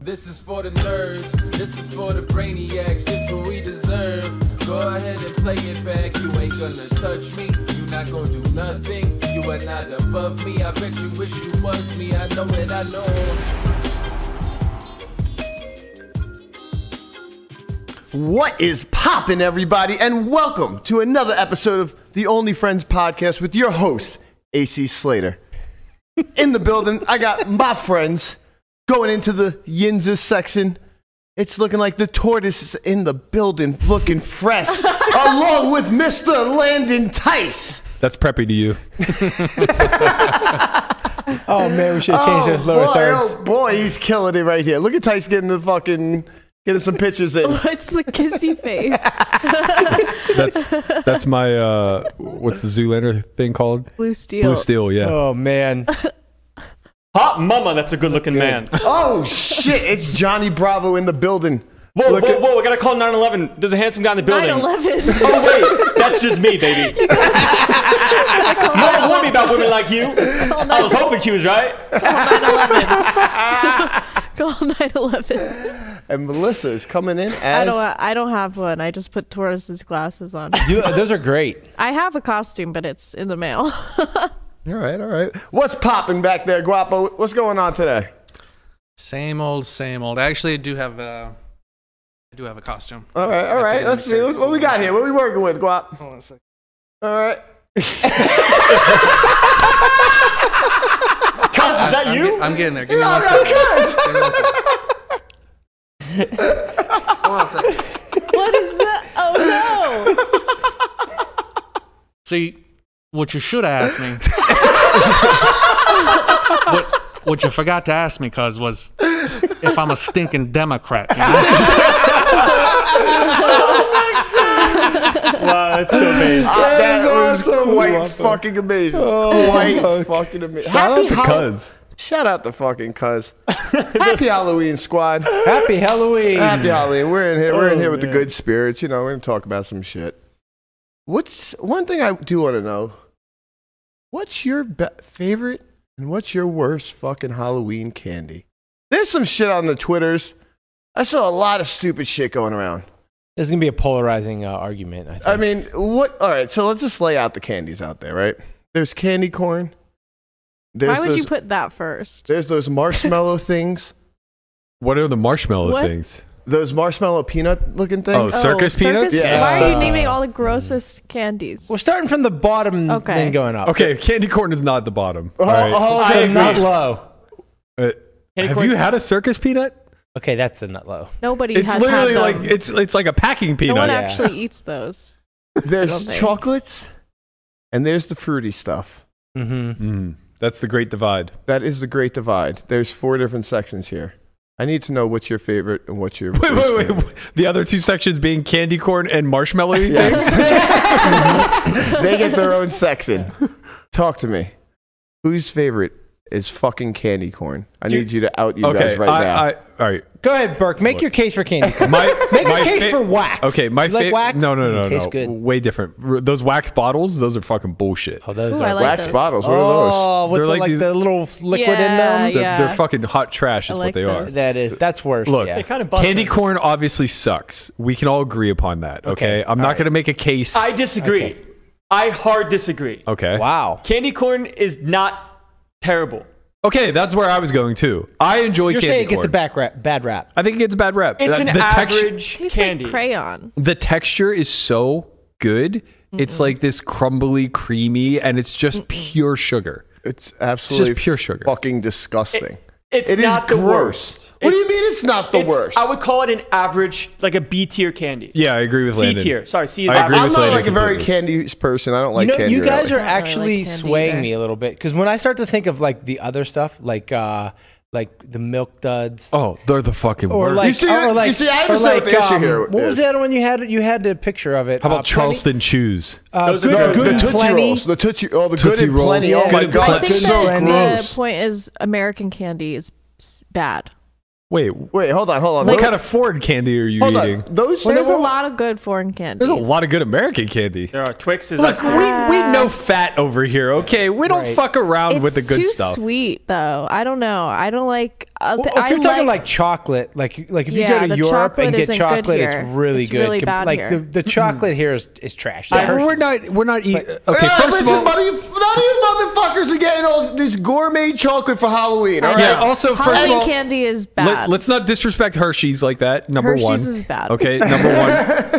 This is for the nerds, this is for the brainiacs, this what we deserve. Go ahead and play it back, you ain't gonna touch me, you not gonna do nothing, you are not above me. I bet you wish you was me, I know it, I know. What is poppin', everybody, and welcome to another episode of the Only Friends podcast with your host, AC Slater. In the building, I got my friends going into the Yinza section. It's looking like the tortoise is in the building, looking fresh, along with Mr. Landon Tice. That's preppy to you. Oh man, we should have changed those lower boy, thirds. Oh boy, he's killing it right here. Look at Tice getting the fucking getting some pictures in. What's the kissy face? That's that's my uh what's the Zoolander thing called? Blue steel. Blue Steel, yeah. Oh man, Hot mama, that's a good looking man. Whoa, Oh shit, it's Johnny Bravo in the building. whoa, Look at- whoa, I gotta call 911. There's a handsome guy in the building. 9-11. Oh, wait, that's just me, baby. you don't warn me about women like you. I was hoping she was right. Call 9-11. And Melissa is coming in I as don't, ha- I don't have one. I just put Taurus's glasses on. You- those are great. I have a costume, but it's in the mail. All right, all right. What's popping back there, Guapo? What's going on today? Same old, same old. Actually, I do have a, I do have a costume. All right, all right. Let's see what we got here. What we working with, Guap? Hold on a second. All right. Cos, is that I'm, you? get- I'm getting there. Give me one no, second. cuz. Give me one second. Hold on a second. what is that? Oh no! See, what you should have asked me. what, what you forgot to ask me, cuz, was if I'm a stinking Democrat. you know? Wow, that's Uh, so amazing. that is was awesome, quite Guapo. fucking amazing. Oh, quite fuck. fucking amazing. Shout out to Hall- Cuz. Shout out to fucking Cuz. Happy Halloween, squad. Happy Halloween. Happy Halloween. We're in here. We're in Oh, here with the man. good spirits. You know, we're gonna talk about some shit. What's one thing I do want to know? What's your be- favorite and what's your worst fucking Halloween candy? There's some shit on the twitters. I saw a lot of stupid shit going around. This is gonna be a polarizing uh, argument. I, think. I mean, what? All right, so let's just lay out the candies out there, right? There's candy corn. There's Why would those, you put that first? There's those marshmallow things. What are the marshmallow What? things? Those marshmallow peanut looking Oh, things. circus peanuts? Yeah. Why are you Uh, naming all the grossest candies? we're starting from the bottom, Okay. then going up. Okay, candy corn is not the bottom. All Hold- right. hold so on. nut low. Uh, Candy have corn- you had a circus peanut? Okay, that's the nut low. Nobody It's has literally had like them. it's it's like a packing no peanut. one yeah. actually eats those. There's don't think. chocolates, and there's the fruity stuff. Mm-hmm. Mm, that's the great divide. That is the great divide. There's four different sections here. I need to know what's your favorite and what's your Wait, least wait, favorite. wait. The other two sections being candy corn and marshmallow things. they get their own section. Talk to me. Whose favorite is fucking candy corn? I need you to out you Okay, guys right I, now. I, all right. Go ahead, Burke. Make your case for candy. corn. My, Make a my case for wax. Okay, my You like fa- wax? No, no, Mm, no, no. tastes good. Way different. R- those wax bottles, those are fucking bullshit. oh, those Ooh, are I like Wax those. bottles. What are Oh, with They're the, like like, these- the little f- liquid Yeah, in them. They're, yeah. they're fucking hot trash, is I what like they those. are. That is. That's worse. Look. yeah. They kind of busted. Candy corn obviously sucks. We can all agree upon that. Okay, Okay, I'm not all right. gonna make a case. I disagree. I hard disagree. okay, Wow. Candy corn is not terrible. okay, that's where I was going too. I enjoy You're candy saying it gets corn. a back rap, bad rap. I think it gets a bad rep. It's Uh, an the text- average Tastes candy. like crayon. the texture is so good. It's like this crumbly, creamy, and it's just pure sugar. those? It's absolutely pure sugar. Fucking disgusting. it's It is not the gross. worst. What do It- you mean it's not the It's- worst? I would call it an average, like a B tier candy. Yeah, I agree with C Landon. tier. Sorry, C is I agree average. I'm with not Landon like a very completely. candy person. I don't like you know, candy. you guys really. are I don't really like actually candy swaying either. me a little bit because when I start to think of like the other stuff, like uh, like the milk duds, Oh, they're the fucking or worst. like, see, or you like, see, I or understand what like, um, the issue here What was is. the other one you had? You had a picture of it. How about Uh, plenty- Charleston chews? Uh, Those are good, good. good the and Tootsie plenty. Rolls, the Tootsie, oh, the Tootsie Good and Plenty. Rolls. Oh Yeah. my Good and god, I plenty. think it's that so the gross. point is American candy is s- bad. Wait, Wait, hold on, hold on. what Those- kind of foreign candy are you hold eating? on. Those There's a things- lot of good foreign candy. There's a lot of good American candy. There are Twix is Look, S we, tier. we know fat over here, okay? We don't Right. fuck around it's with the good too stuff. sweet though. I don't know. I don't like uh, Well, th- if you're I talking like chocolate, like like if Yeah, you go the to Europe chocolate and get isn't good chocolate, it's here. really It's good. really Com- bad like here. the, the chocolate here is is trash. I- we're not. We're not eating. Okay, Yeah, first of Ah, listen, all, buddy, if- none of you motherfuckers are getting all this gourmet chocolate for Halloween. All right? Yeah, also, first of Halloween all, candy is bad. let, us not disrespect Hershey's like that. Number Hershey's one, is bad. Okay, number one,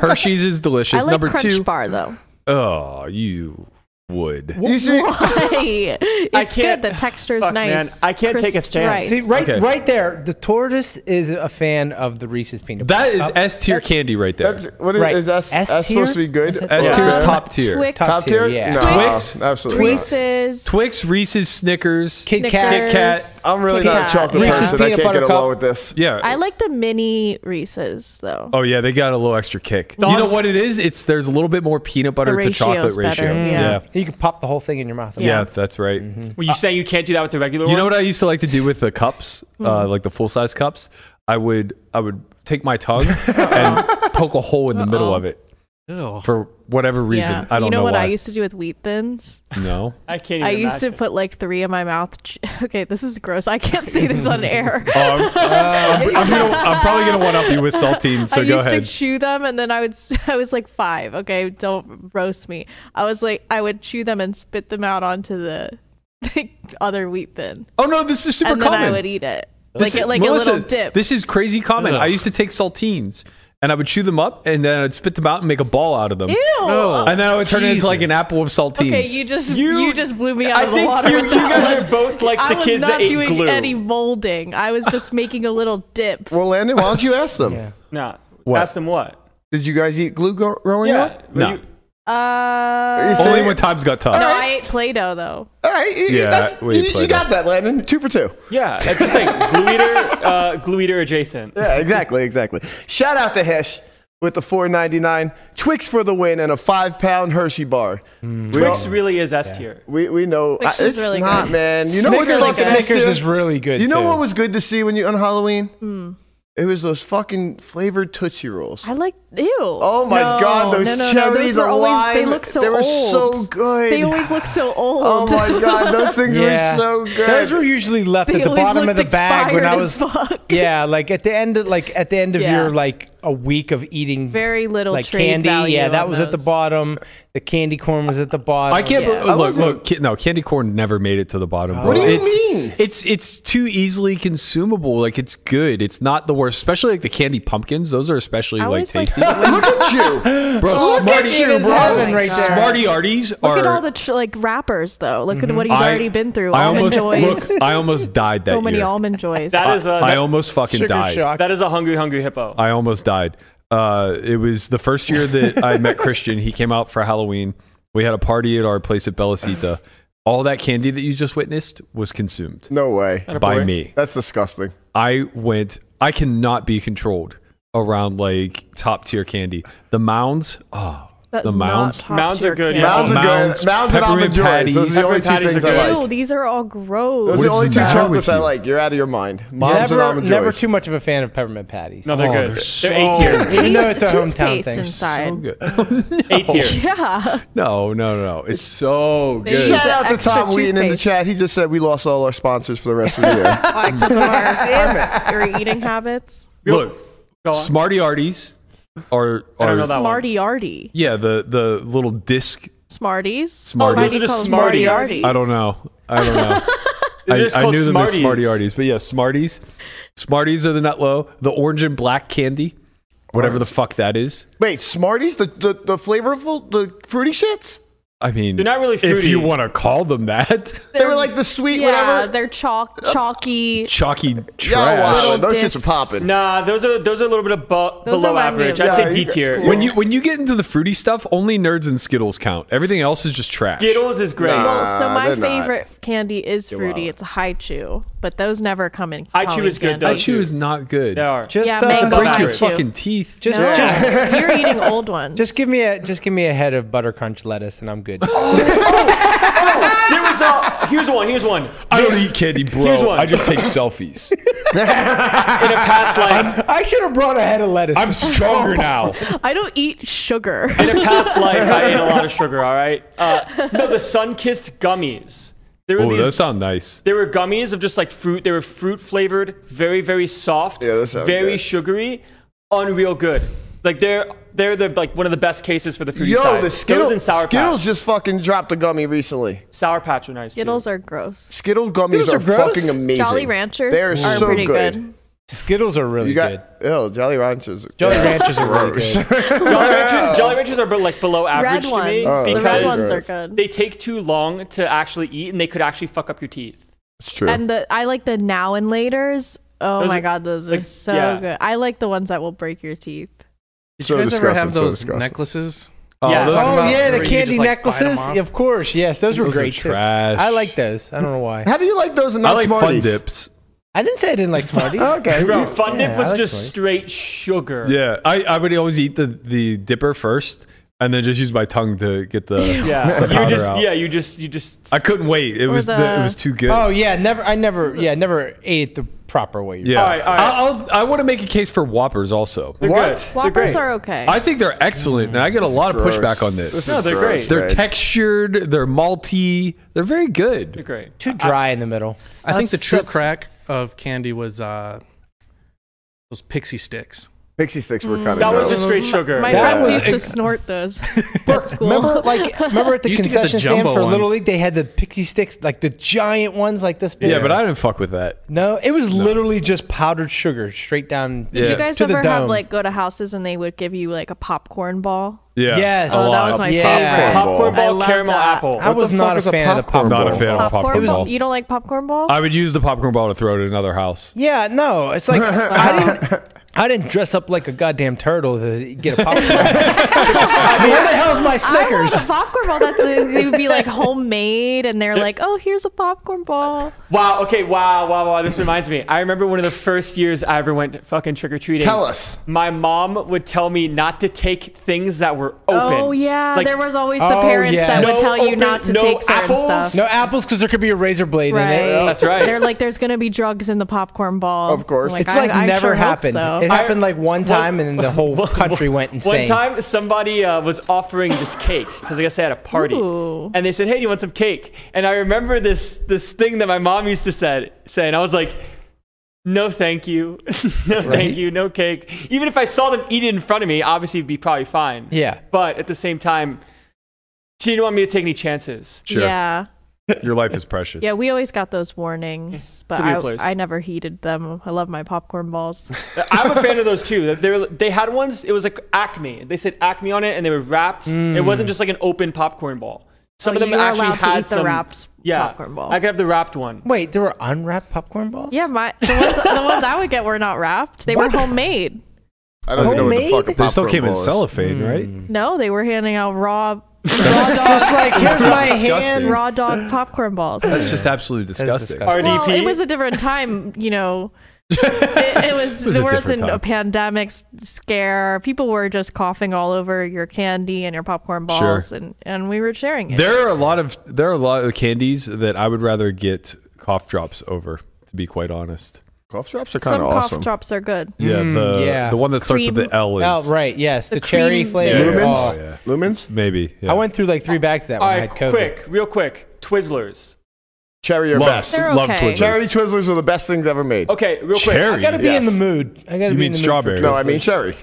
Hershey's is I delicious. like number Crunch two, Bar though. oh, you would. You see, Hey, it's can't- good. The texture's Fuck, man. nice. I can't take a Crisped stand. rice. See, right, Okay. right there, the tortoise is a fan of the Reese's peanut. That butter. is Uh, S tier candy right there. that's, what is, Right. is S, S S, tier? supposed to be good? Is it- S tier is Uh, top tier. Twix, Top tier? Yeah. No, Twix, absolutely not. Reese's, Twix, Reese's, Snickers. Kit Kat. Snickers. Kit Kat. I'm really Kit not a Kat, chocolate person. I yeah. Reese's can't peanut get butter along cup. with this. yeah. I like the mini Reese's though. Oh yeah, they got a little extra kick. You know Thoughts? what it is? It's there's a little bit more peanut butter to ratio's chocolate ratio. better, Yeah. yeah. yeah. You can pop the whole thing in your mouth. Yeah. that's right. Mm-hmm. Well, you saying Uh, you can't do that with the regular You one? know what I used to like to do with the cups, Mm-hmm. uh, like the full size cups? I would I would take my tongue and poke a hole in the middle of it Ew. for whatever reason. Yeah. I don't you know, what why. I used to do with wheat thins? no. I can't. Even I used to imagine. put like three in my mouth. Ch- Okay, this is gross. I can't say this on air. Oh, I'm, I'm- I'm gonna- I'm probably gonna one up you with saltine. So I go used ahead. to chew them, and then I would. s- I was like five. Okay, don't roast me. I was like, I would chew them and spit them out onto the, the other wheat thin, oh no, this is super and then common. I would eat it This like is- a- like Melissa, a little dip. This is crazy common. I Ugh. used to take saltines and I would chew them up and then I'd spit them out and make a ball out of them. Ew. And then I would turn it into like an Jesus. apple of saltines. Okay, you just you, You- just blew me out I of the think water. you, with you that guys one. are both like I the was kids not that ate doing glue. any molding. I was just making a little dip. Well, Landon, why don't you ask them? No. What? Ask them what. Did you guys eat glue gro- growing up? No. You- Uh, You Only see? when times got tough. no, I ate Play-Doh though. All right. you- Yeah, that's- we you, you played got that, Landon. Two for two. Yeah, that's just like glue eater, uh, glue eater adjacent. Yeah, exactly, exactly. Shout out to Hesh with the 4.99 Twix for the win and a five pound Hershey bar. We, Twix all- really is S tier. we, we know Uh, Twix is it's really not, good. man. You know Snickers, really what's good. fucking Snickers good? is really good. You know too. what was good to see when you on Halloween? It was those fucking flavored Tootsie Rolls. I like ew. Oh my God, those cherry, those the were always, They lime, look so they were old. so good. They always look so old. Oh my god, those things Yeah. were so good. Those were usually left they at the always bottom of looked the bag when I expired was. as fuck. Yeah, like at the end, of, like at the end of Yeah. your like a week of eating Very little like trade candy. value Yeah, that on was at the those. bottom. The candy corn was at the bottom. I can't Yeah. believe, I look, wasn't- look, ki- no, candy corn never made it to the bottom. bro. do you it's, mean? It's it's too easily consumable. Like it's good. It's not the worst. Especially like the candy pumpkins. Those are especially I like always like tasty. Look at you. bro, Smarty, you, bro. heaven right there. Smarty Arties Look are. at all the tr- like wrappers though. Look Mm-hmm. at what he's I- already been through. I almond almost joys. look, I almost died that so many year. almond joys. That is a I that, almost fucking Sugar died. shock. that is a hungry, hungry hippo. I almost died. Uh, it was the first year that I met Christian. He came out for Halloween. We had a party at our place at Bellacita. All that candy that you just witnessed was consumed No way. by me. That's disgusting. I went. I cannot be controlled around like top tier candy. The mounds. Oh, That's the not mounds. top Mounds tier are good, candy. yeah. Mounds, are Mounds, good. Mounds and almond peppermint joys. Those are the patties. only two Peppermint things patties are I good. Ew, like. these are all Those are gross. What the is only two that? chocolates With I you? like. You're out of your mind. Moms and Never, almond never joys. too much of a fan of peppermint patties. no, they're Oh, good. they're so A tier. Even They though it's use a hometown toothpaste thing. Inside. so good. A tier. Yeah. No, no, no. It's so They use good. Shout out to extra Tom Wheaton in the toothpaste. chat. He just said we lost all our sponsors for the rest of the year. Why? Because of our, our, your eating habits. Look, Go on. Smarty Arties are I are don't know that one. Smarty Arty. yeah the the little disc. Smarties. Smarties. Why do you Those are call them Smarties. Smarty Arty? I don't know. I don't know. They're I, just I called knew them as Smarties. Smarty Arties, but yeah, Smarties. Smarties are the nut low. The orange and black candy, whatever the fuck that is. Wait, Smarties, the, the the flavorful, the fruity shits. I mean, They're not really If fruity. you want to call them that, They were like the sweet yeah, whatever. they're chalk, chalky. chalky Yeah, trash. wow, those discs. shits are popping. Nah, those are those are a little bit above Those below remind me average. of- I'd Yeah, say D that's tier. cool. When you when you get into the fruity stuff, only nerds and Skittles count. Everything else is just trash. Skittles is great. Nah. Well, so Ah, they're my not. favorite candy is fruity. It's a high chew, but those never come in. Hi-Chew Halloween is good, though. candy. That shit is not good. They are. Just Yeah, uh, mango Break Hi-Chew. your Fucking teeth. just, No, just, you're eating old ones. just give me a just give me a head of butter crunch lettuce and I'm good. There was a here's one. Here's one. I don't eat candy, Here's bro. one. I just take selfies. In a past life, I should have brought a head of lettuce. I'm stronger now. I don't eat sugar. in a past life, I ate a lot of sugar. All right. Uh, no, the sun kissed gummies. There were Oh, these those sound nice. There were gummies of just like fruit. They were fruit flavored, very very soft, Yeah, that sounds very good. sugary, unreal good. Like they're they're the like one of the best cases for the fruity Yo, side. the Those and Skittles, sour Skittles patch. just fucking dropped a gummy recently. Sour patch are nice. too. Skittles are gross. Skittle gummies Skittles are, are gross. fucking amazing. Jolly Ranchers They are, are so pretty good. good. Skittles are really You good. got oh, Jolly Ranchers. Jolly Ranchers are really good. Jolly Ranchers, Jolly Ranchers are like below Red average to ones. me Oh, the red because ones are gross. good. they take too long to actually eat and they could actually fuck up your teeth. It's true. And the I like the now and later's. Oh Those my are- god, those are like, so yeah. good. I like the ones that will break your teeth. Did So you guys ever disgusting, have so those disgusting. necklaces? Oh, Yeah. those, Talking Oh about yeah, the where you candy just, like, bite 'em necklaces. off? of course, yes, those were those great are too. trash. I like those. I don't know why. How do you like those and I not like fun Smarties? dips. I didn't say I didn't like Smarties. Okay. Bro, Fun Dip Yeah, was I like just Smarties. straight sugar. Yeah, I, I would always eat the, the dipper first and then just use my tongue to get the. Yeah. The powder you just out. yeah, you just you just I couldn't wait. It Or was the, the- it was too good. Oh yeah, never. I never. Yeah, never ate the proper way. yeah. All right, all right. I, I'll, I want to make a case for Whoppers also. they're What? good. They're Whoppers great. are okay. I think they're excellent, and I get a lot of gross. pushback on this. This No, is they're gross, great. they're Greg. textured, they're malty, they're very They're good. great. Too dry in the middle. I think That's- the true that's- crack of candy was uh, those pixie sticks. Pixie sticks were kind of. That was dope. just straight sugar. my That friends was used to ex- snort those at school. Remember, like, remember at the Used to get the concession stand jumbo for Little ones. League, they had the pixie sticks, like the giant ones, like this big. Yeah, but I didn't fuck with that. no, it was literally just powdered sugar straight down. Did Yeah. you guys To the ever have dome. like go to houses and they would give you like a popcorn ball? Yeah. Yes. A Oh, that lot. was my Yeah. favorite. Popcorn I ball, love caramel that. apple. I was the fuck not a is a fan of the popcorn Not popcorn. a ball. fan of a popcorn popcorn ball. You don't like popcorn ball? I would use the popcorn ball to throw it at another house. Yeah, no, it's like I didn't. I didn't dress up like a goddamn turtle to get a popcorn. I mean, where the hell's my I want Snickers? a popcorn ball that's it would be like homemade, and they're like, "Oh, here's a popcorn ball." Wow. Okay. Wow. Wow. Wow. This reminds me. I remember one of the first years I ever went fucking trick or treating. Tell us. My mom would tell me not to take things that were open. Oh yeah, Like, there was always the Oh, parents yes. that No would tell you open- not to no take certain apples. stuff. No Oh, apples because there could be a razor blade in it. That's right. They're like, "There's gonna be drugs in the popcorn ball." Of course. I'm It's like I- I never sure hope happened. so. It happened like one time, and then the whole country went One insane. time, somebody uh, was offering this cake because I guess they had a party, Ooh. and they said, "Hey, do you want some cake?" And I remember this this thing that my mom used to said say, and I was like, "No, thank you, no, thank you, no cake." Even if I saw them eat it in front of me, obviously it'd be probably fine. Yeah. but at the same time, she didn't want me to take any chances. Sure. Yeah, Your life is precious. yeah. We always got those warnings, but Could be a I, place. I never heeded them. I love my popcorn balls. I'm a fan of those too. They were, they had ones. It was like Acme. They said Acme on it, and they were wrapped. It wasn't just like an open popcorn ball. Some Oh, of them you were actually allowed to had eat the some wrapped yeah, popcorn ball. I could have the wrapped one. Wait, there were unwrapped popcorn balls? Yeah, my the ones the ones I would get were not wrapped. They What? were homemade. I don't even know what the Homemade? fuck. a They still popcorn came in ball is. cellophane, right? No, they were handing out raw just like here's my Disgusting. hand. raw dog popcorn balls. That's just absolutely disgusting. disgusting. Well, RDP? it was a different time, you know. It, it was, was a there wasn't different time. a pandemic s- scare. People were just coughing all over your candy and your popcorn Sure. balls, and, and we were sharing it. There are a lot of there are a lot of candies that I would rather get cough drops over, to be quite honest. Cough drops are kind Some of cough awesome. drops are good. Yeah, the yeah. the one that starts with Cream. the L is Oh, right. Yes, the, The cherry cream- flavor. Yeah. Lumens. Oh. yeah. Lumens. maybe. yeah. I went through like three bags that All one. I had right, COVID. quick, real quick, Twizzlers. Cherry are love, best. They're love okay. Twizzlers. Cherry Twizzlers are the best things ever made. Okay, real Cherry. quick. I gotta be Yes. in the mood. I gotta You be mean in the strawberry? Mood No, I mean cherry.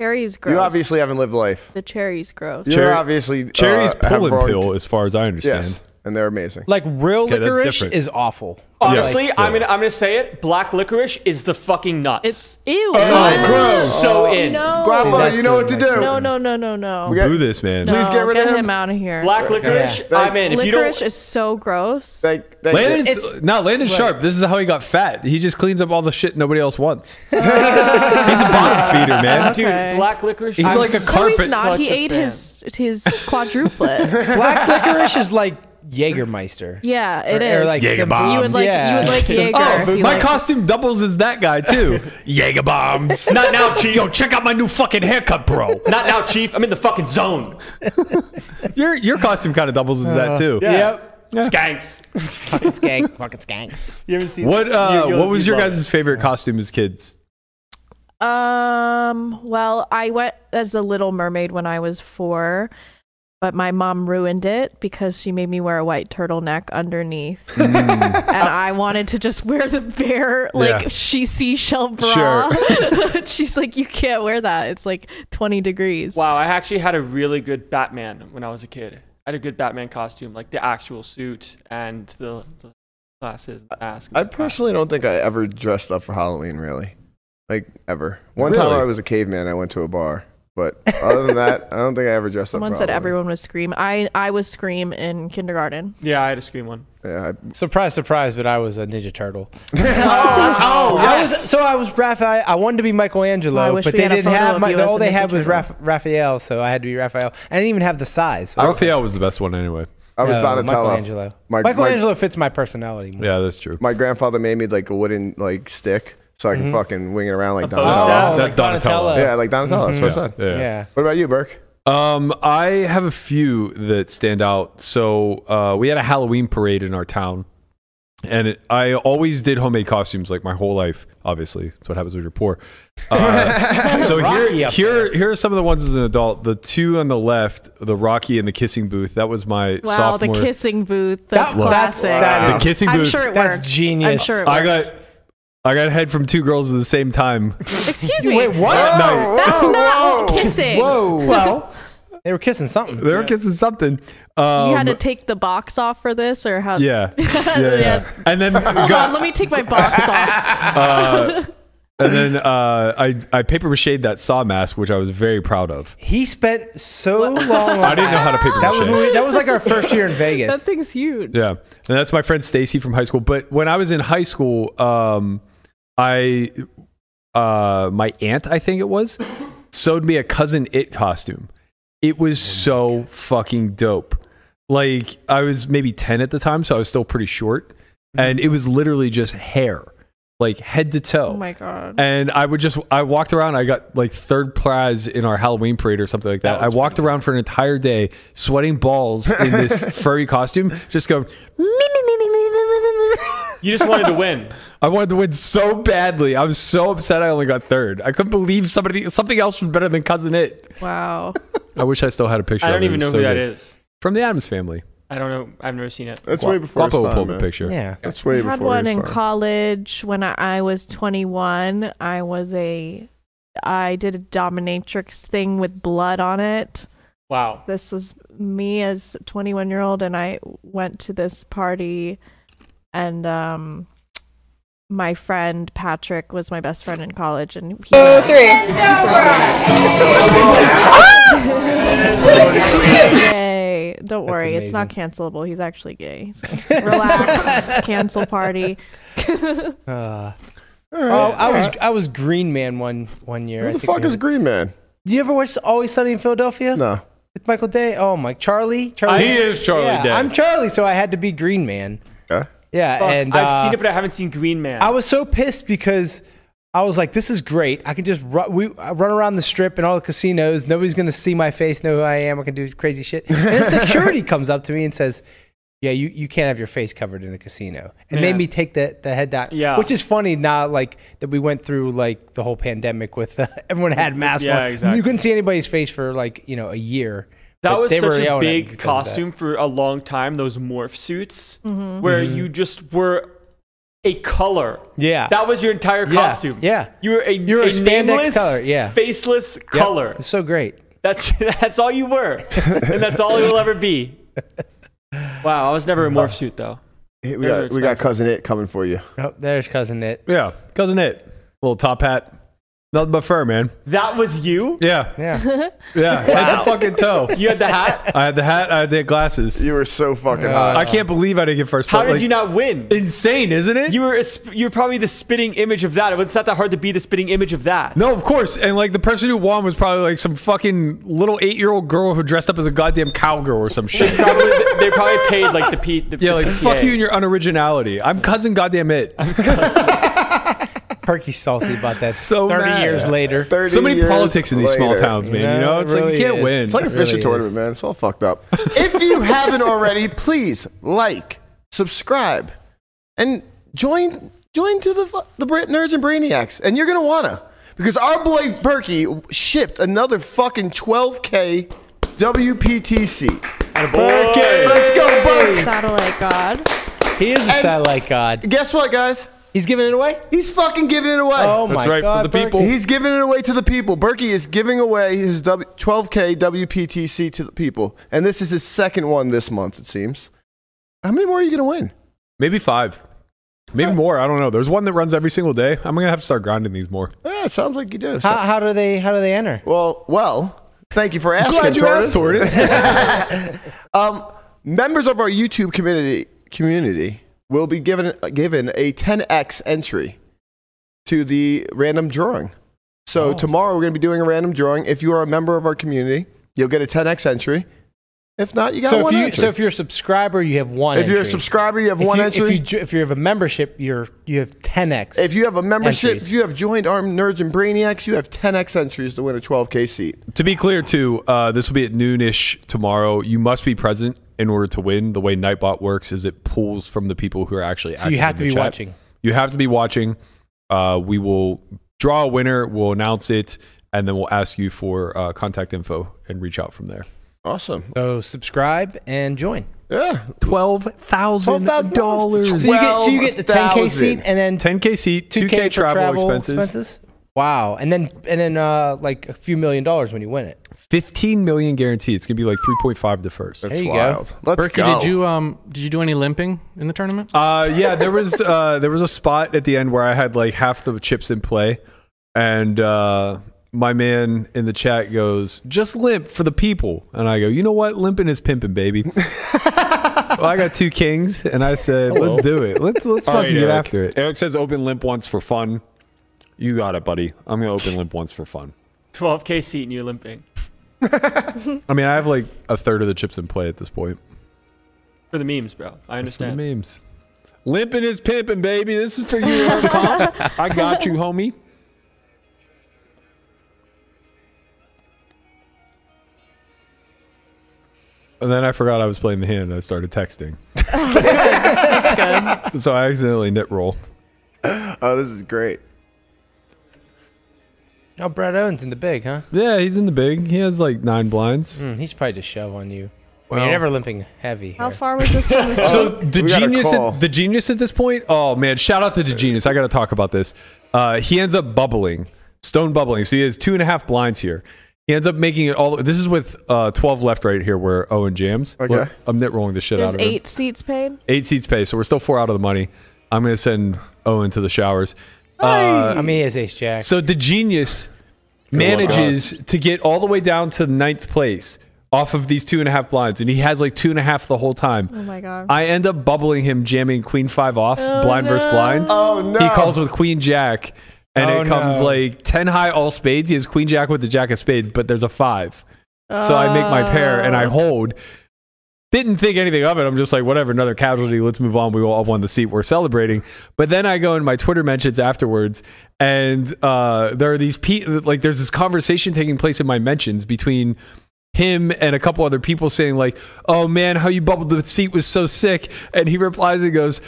Cherry's gross. You obviously haven't lived life. the cherry's gross. You're Cherry- obviously Cherry's uh, have pulling wrong- pill, as far as I understand. Yes, and they're amazing. for, like real Okay, that's licorice different. is awful. Honestly, Yeah. I'm gonna I'm gonna say it. Black licorice is the fucking nuts. It's ew. Oh, gross. so in. No. Guapa, that's you know what to it, like- do. no, no, no, no, no. got- Boo this man. No, Please get rid of him. out of here. Black licorice, Yeah. I'm in. If you licorice don't, is so gross. Like, like- Landon's uh, no Landon's sharp. This is how he got fat. He just cleans up all the shit nobody else wants. He's a bottom feeder, man. dude, Okay. black licorice. He's I'm like a such no, he's carpet- not. He a ate fan. his his quadruplet. Black licorice is like Jägermeister. yeah, it Or- is. or, like Jaeger some- bombs. you would like Yeah. you would like Jaeger. if Oh, you my liked costume doubles as that guy too. Jaeger bombs. Not now, chief. Yo, check out my new fucking haircut, bro. Not now, chief. I'm in the fucking zone. your your costume kind of doubles as Uh, that too. Yep. Skanks. Skank. Fucking skank. You haven't seen What uh, you- you- what was you your love guys' favorite costume as kids? Um, well, I went as the Little Mermaid when I was four. but my mom ruined it because she made me wear a white turtleneck underneath, and I wanted to just wear the bare like Hmm. Yeah. she seashell bra. She's like, you can't wear that. It's like twenty degrees. Wow, I actually had a really good Batman when I was a kid. I had a good Batman costume, like the actual suit and the, the glasses, and mask. I personally don't think I ever dressed up for Halloween, really. Like, ever. One time Really? I was a caveman, I went to a bar. But other than that, I don't think I ever dressed Someone up for said Halloween. everyone was scream. I I was scream in kindergarten. Yeah, I had a scream one. Yeah, Surprise, surprise! But I was a Ninja Turtle. I, I Oh, was- so I was Raphael. I wanted to be Michelangelo, I wish but we they had a didn't photo have of my, you the- as all a they Ninja had was Turtle. Raph, Raphael, so I had to be Raphael. I didn't even have the size. Raphael was the best one anyway. I was No, Donatello. Michelangelo. My- Michelangelo fits my personality. More. Yeah, that's true. My grandfather made me like a wooden like stick so I can Mm-hmm. fucking wing it around like Donatello. staff? Oh, That's Donatello. Yeah, like Donatello. Mm-hmm. That's what I said. Yeah. Yeah. What about you, Burke? Um, I have a few that stand out. So uh, we had a Halloween parade in our town, and it, I always did homemade costumes like my whole life. Obviously, that's what happens when you're poor. Uh, so Rocky here, up here, here are some of the ones as an adult. The two on the left, the Rocky and the Kissing Booth. That was my Wow, sophomore. the kissing booth. That's That- that's- classic. that the is- kissing I'm booth. sure it That's works. I'm genius. sure it works. I got, I got head from two girls at the same time. Excuse me. Wait, what? That night. That's not kissing. Well, they were kissing something. They were kissing something. You Um, had to take the box off for this, or how? yeah. yeah, yeah, Yeah. And then Hold got- on, let me take my box off. And then uh, I I paper mache that saw mask, which I was very proud of. He spent so long. on I didn't know how to paper That was when mache. we, that was like our first year in That Vegas. thing's huge. Yeah, and that's my friend Stacy from high school. But when I was in high school, um, I uh, my aunt, I think it was, sewed me a cousin it costume. It Oh was so fucking dope. Like I was maybe ten at the time, so I was still pretty short, Mm-hmm. and it was literally just hair, like head to toe. Oh my god. and I would just I walked around. I got like third prize in our Halloween parade or something like that. I walked around for an entire day, sweating balls in this furry costume, just go. You just wanted to win. I wanted to win so badly. I was so upset. I only got third. I couldn't believe somebody something else was better than cousin it. Wow. I wish I still had a picture. I of don't it. even It know was who so that good. is. From the Adams family. I don't know. I've never seen it. That's way before his Guapo will time, pull up man. a picture. Yeah. That's way I had before one his in time. college when I- I was 21. I was a, I did a dominatrix thing with blood on it. Wow. This was me as 21 year old, and I went to this party, and um, my friend Patrick was my best friend in college, and he Yay. Don't worry, it's not cancelable. He's actually gay. So relax, cancel party. Uh, oh, I was I was Green Man one one year. I Who the think fuck we is were- Green Man? Do you ever watch Always Sunny in Philadelphia? No. With Michael Day. Oh my, Charlie. Charlie. He is Charlie yeah, Day. I'm Charlie, so I had to be Green Man. Okay. Yeah, and I've uh, seen it, but I haven't seen Green Man. I was so pissed because I was like, "This is great. I can just run, we I run around the strip and all the casinos. Nobody's gonna see my face, know who I am. I can do crazy shit." And then security comes up to me and says, "Yeah, you, you can't have your face covered in a casino." And made Man. me take the the head down. Yeah. which is funny now, like that we went through like the whole pandemic with uh, everyone had masks. Yeah, on. exactly. You couldn't see anybody's face for like you know a year. That But was they were such a yelling at me big because of that. costume for a long time, those morph suits, where you just were a color. Mm-hmm. Yeah. That was your entire Yeah, costume. yeah. You were a, You were a spandex nameless, color, yeah. faceless Yep, color. It's so great. That's that's all you were. and that's all you'll ever be. Wow, I was never a morph suit though. Hey, We Those are got, we got expensive. cousin it coming for you. Oh, there's cousin it. Yeah, cousin it. Little top hat. Nothing but fur, man. That was you? Yeah, Yeah, yeah. Head to fucking toe. You had the hat? I had the hat. I had the glasses. You were so fucking hot. I can't believe I didn't get first. How place. did Like, you not win? Insane, isn't it? You were a sp- you're probably the spitting image of that. It's not that hard to be the spitting image of that. no, of course. And like the person who won was probably like some fucking little eight-year-old girl who dressed up as a goddamn cowgirl or some shit. Probably, they probably paid like the P. The, yeah, the like PTA. fuck you and your unoriginality. I'm cousin, goddamn it. Perky's salty about that. So thirty mad. years later. 30 So many years politics in these small later. towns, man. Yeah, you know, it's it like really you can't is. win. It's like a It fishing really is. tournament, man. It's all fucked up. if you haven't already, please like, subscribe, and join join to the fu- the Brit nerds and brainiacs, and you're gonna wanna because our boy Berkey shipped another fucking 12k WPTC. Boy. Let's go, Bucks. Satellite God. He is a satellite god. Guess what, guys? He's giving it away. He's fucking giving it away. Oh That's my right, for god! the Burke. people. He's giving it away to the people. Berkey is giving away his w- 12K WPTC to the people. And this is his second one this month, it seems. How many more are you going to win? Maybe five. Maybe more. I don't know. There's one that runs every single day. I'm going to have to start grinding these more. Yeah, Ah, it sounds like you do. So- How, how do they? How do they enter? well, well, thank you for asking, Tortoise. um, members of our YouTube community community will be given given a 10x entry to the random drawing. Oh. So tomorrow we're going to be doing a random drawing. If you are a member of our community, you'll get a 10x entry. If not, you got So if one you entry. so if you're a subscriber, you have one. If you're a entry. subscriber, you have If one you- If entry. you, ju- if you have a membership, you're you have 10x. If you have a membership, Entries. if you have joined Armed Nerds and Brainiacs, you have 10x entries to win a 12k seat. To be clear, too, uh, this will be at noonish tomorrow. You must be present in order to win. The way Nightbot works is it pulls from the people who are actually. So you active have in to the be chat. watching. You have to be watching. Uh, we will draw a winner. We'll announce it, and then we'll ask you for uh, contact info and reach out from there. Awesome. So subscribe and join. Yeah. Twelve thousand So dollars. you get, so you get the 10k 12,000. seat and then 10k seat, 2k, for travel, expenses, Wow, and then and then uh, like a few million dollars when you win it. 15 million guarantee. It's gonna be like 3.5 the first. That's you go. wild. Let's Berkey, go. did you um did you do any limping in the tournament? Uh, yeah, there was uh, there was a spot at the end where I had like half the chips in play, and uh, my man in the chat goes, "Just limp for the people," and I go, "You know what? Limping is pimping, baby." well, I got two kings, and I said, "Let's do it. Let's let's All right, fucking get Eric. after it." Eric says, "Open limp once for fun." You got it, buddy. I'm gonna open limp once for fun. 12k seat and you're limping I mean, I have like a third of the chips in play at this point. for the memes, bro. I For the understand. memes. Limping is pimping, baby. This is for you, Eric Comp. I got you, homie. And then I forgot I was playing the hand and I started texting. That's good. So I accidentally knit roll. oh, this is great. Oh, Brad Owens in the big, huh? Yeah, he's in the big. He has like nine blinds. Hmm, he's probably just shove on you. Well, Well- you're never limping heavy. How here. far was this one? So the Oh, we got a genius, call. at, the genius at this point. Oh man, shout out to the genius. I got to talk about this. Uh, he ends up bubbling, stone bubbling. So he has two and a half blinds here. He ends up making it all. This is with uh, twelve left right here, where Owen jams. Okay. Look, I'm nit rolling the shit There's out of him. eight seats paid. Eight seats pay, so we're still four out of the money. I'm gonna send Owen to the showers. Uh, I mean, he has ace jack. so the genius manages to get all the way down to ninth place off of these two and a half blinds, and he has like two and a half the whole time. Oh my god. I end up bubbling him, jamming queen five off, Oh, blind versus no. blind. Oh, no. He calls with queen jack, and Oh, it comes no. like 10 high all spades. He has queen jack with the jack of spades, but there's a five. So I make my pair and I Oh. hold. Didn't think anything of it. I'm just like, whatever, another casualty. Let's move on. We all won the seat. We're celebrating. But then I go in my Twitter mentions afterwards, and uh, there are these pe- like there's this conversation taking place in my mentions between him and a couple other people saying like, "Oh man, how you bubbled the seat was so sick," and he replies and goes.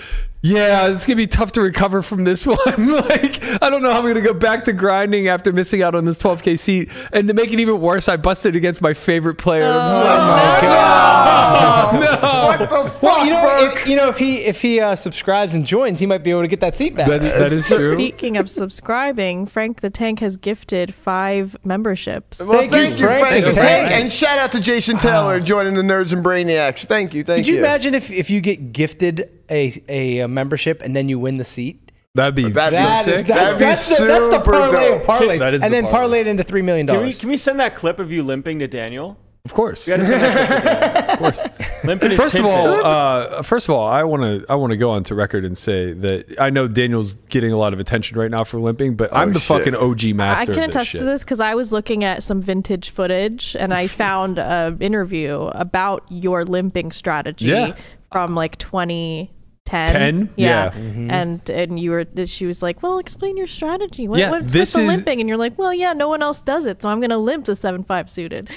Yeah, it's gonna be tough to recover from this one. like, I don't know how I'm gonna go back to grinding after missing out on this 12k seat. And to make it even worse, I busted against my favorite player. I'm Oh just like, Oh, What the fuck, well, you know, Burke? if, you know, if he if he uh, subscribes and joins, he might be able to get that seat back. That, that is true. Speaking of subscribing, Frank the Tank has gifted five memberships. well, Thank thank, you, you, Frank. Frank. Thank you, Tank. Frank. And shout out to Jason Taylor joining the Nerds and Brainiacs. Thank you. Thank Could you imagine if, if you get gifted a, a, uh membership and then you win the seat? That'd be That'd so be That is, sick. that's, That'd be that's, the, that's the super parlay dope. of parlays. That is and the then parlay. parlay it into $3 million. Can we, can we send that clip of you limping to Daniel? of course. We gotta send that clip to Daniel. Of course. Limping is First of pimping. all, uh, first of all, I want to I want to go on to record and say that I know Daniel's getting a lot of attention right now for limping, but I'm Oh, the shit. fucking OG I master. can of this attest shit. to this because I was looking at some vintage footage and I found an interview about your limping strategy Yeah. from like 2010 ten. 10? Yeah. Yeah. And and you were she was like, Well, explain your strategy. What, Yeah, what's this with the is- limping? And you're like, Well, yeah, no one else does it, so I'm gonna limp the seven five suited.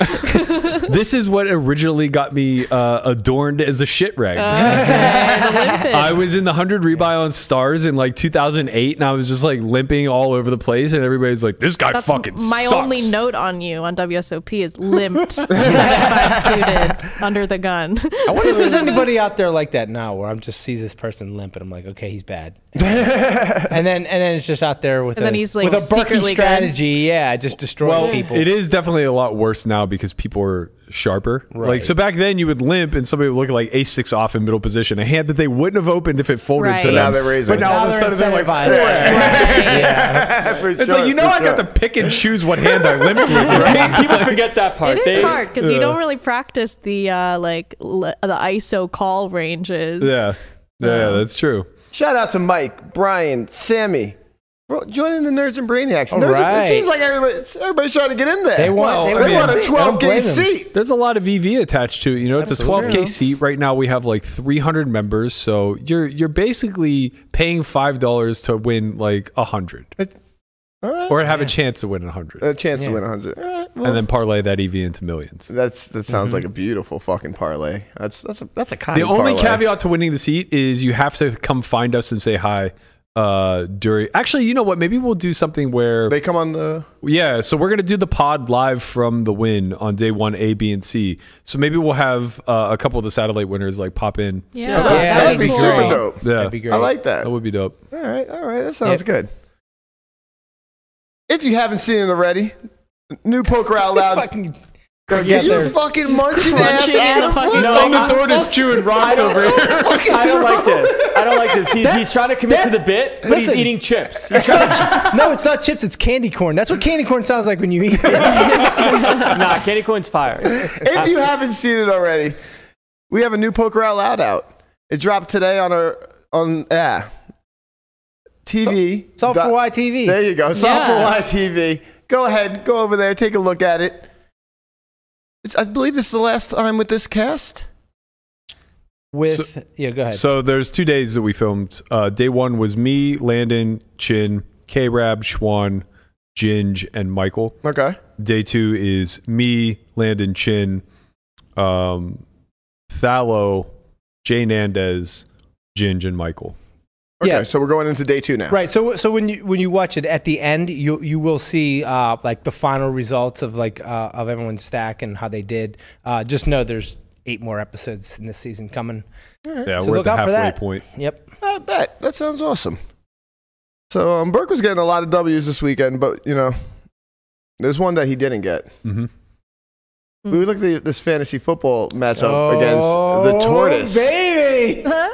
This is what originally got me uh, adorned as a shit rag. Oh, I was in the 100 rebuy on stars in like 2008 and I was just like limping all over the place and everybody's like this guy That's fucking my sucks. only note on you on WSOP is limped seven five suited under the gun. I wonder if there's anybody out there like that now, where I'm just see this person limp and I'm like, okay, he's bad. and then and then it's just out there with And a, then he's, like, with a Berkey secretly good. strategy. Yeah, just destroying Well, people. it is definitely a lot worse now because people are sharper. Like Right. so back then you would limp and somebody would look like ace six off in middle position, a hand that they wouldn't have opened if it folded Right. to them. But now they're raising. But now, all of a sudden they're like incentivized. four. Right. It's like you know I got to pick and choose what hand I limped with, right? People forget that part. It They- is hard because you don't really practice the uh, like l- the ISO call ranges. yeah. Yeah, that's true. Shout out to Mike, Brian, Sammy. Bro, joining the Nerds and Brainiacs. Nerds and, right. it seems like everybody, everybody's trying to get in there. They want- they they want want a a seat. I 12 don't gay blame them. seat. There's a lot of EV attached to it. You know, it's Absolutely. a 12k seat. Right now, we have like 300 members, so you're you're basically paying five dollars to win like a hundred, All right. or have a chance to win a hundred, a chance Yeah. to win 100. All right, well, and then parlay that EV into millions. that's that sounds like a beautiful fucking parlay. That's that's a that's a kind The of only parlay. caveat to winning the seat is you have to come find us and say hi. Uh, during actually, you know what? Maybe we'll do something where They come on the Yeah, so we're gonna do the pod live from the win on day one, A, B, and C. So maybe we'll have uh, a couple of the satellite winners like pop in. yeah, that that'd that'd be cool. super dope. Yeah, That'd be great. I like that. that would be dope. All right, all right, that sounds good. If you haven't seen it already, new Poker Out Loud. Fucking- You're together. fucking munching ass. crunching in a What fucking No, the I- Tortoise chewing rocks over here. fuck is I don't like wrong? this. I don't like this. He's, he's trying to commit to the that's- bit, but he's listen. eating chips. no, it's not chips. It's candy corn. That's what candy corn sounds like when you eat. it. nah, candy corn's fire. if you haven't seen it already, we have a new Poker Out Loud out. It dropped today on our on yeah TV. It's all for Dot- YTV. There you go. It's all for Yes. YTV. Go ahead, go over there, take a look at it. It's, I believe this is the last time with this cast. With yeah, go ahead. So there's two days that we filmed. Uh, day one was me, Landon, Chin, K Rab, Schwan, Ginge, and Michael. Okay. Day two is me, Landon Chin, um, Thalo, Jay Nandez, Ginge, and Michael. Okay. Yeah. So we're going into day two now. Right. So so when you when you watch it at the end, you you will see uh, like the final results of like uh, of everyone's stack and how they did. Uh, just know there's eight more episodes in this season coming. Yeah, So we're at look the out for halfway that. point. Yep. I bet. That sounds awesome. So um, Burke was getting a lot of W's this weekend, but you know, there's one that he didn't get. hmm We looked at this fantasy football matchup against the tortoise. Oh, baby.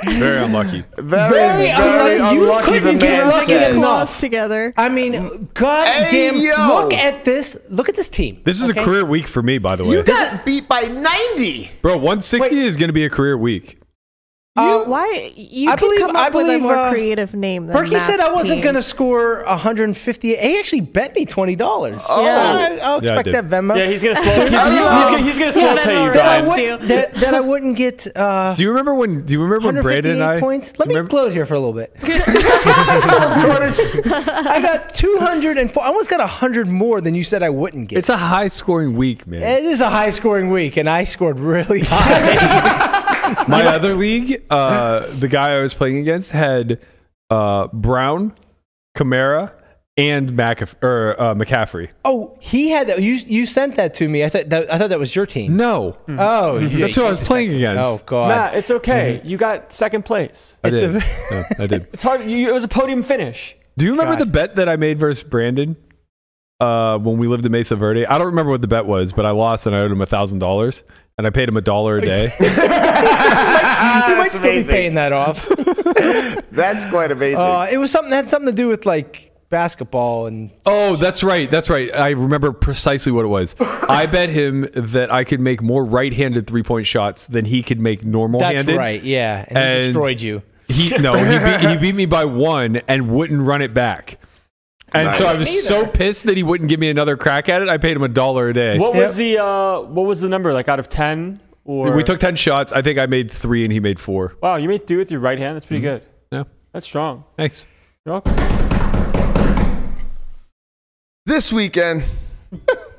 Very unlucky. Very, Very very unlucky. You unlucky. couldn't The get man lucky says. enough. claws together. I mean, god Hey, damn! yo. Look at this. Look at this team. This is Okay? a career week for me, by the way. You got beat by 90. Bro, 160 is going to be a career week. Uh, Why you I could believe- come I up with a believe, more uh, creative name than Berkey said I Matt's wasn't team. going to score 150. He actually bet me twenty dollars. Oh. I, I'll Yeah, I expect did. that Venmo. Yeah, he's gonna slow. He's, he's gonna, he's gonna slow Yeah, pay you, that's that, I alright. guys. Bless you. wouldn't, that, that I wouldn't get uh, Do you remember when? Do you remember when Brandon and 158 I? points. do Let you me remember- gloat here for a little bit. I got 204. I almost got 100 more than you said I wouldn't get. It's a high scoring week, man. it is a high scoring week, and I scored really high. My other league, uh, the guy I was playing against had uh, Brown, Kamara, and McAf- or, uh, McCaffrey. oh, he had that. You, you sent that to me. I thought that, I thought that was your team. No, Mm-hmm. Oh, yeah, that's you who I was playing disrespected- against. Oh, God. Matt, it's okay. You got second place. I it's did. a- No, I did. It's hard. You, it was a podium finish. Do you remember God. the bet that I made versus Brandon uh, when we lived in Mesa Verde? I don't remember what the bet was, but I lost and I owed him a thousand dollars, and I paid him a dollar a day. you Ah, might that's still amazing. be paying that off. That's quite amazing. Uh, it was something that had something to do with like basketball and Oh, that's right. That's right. I remember precisely what it was. I bet him that I could make more right-handed three-point shots than he could make that's normal-handed. right. Yeah, and, he And- destroyed you. He no, he beat, he beat me by one and wouldn't run it back. And so I was so pissed that he wouldn't give me another crack at it. I paid him a dollar a day. What was the uh, what was the number like out of ten? Or we took ten shots. I think I made three and he made four. Wow, you made three with your right hand. That's pretty good. Yeah. That's strong. Thanks. You're welcome. This weekend,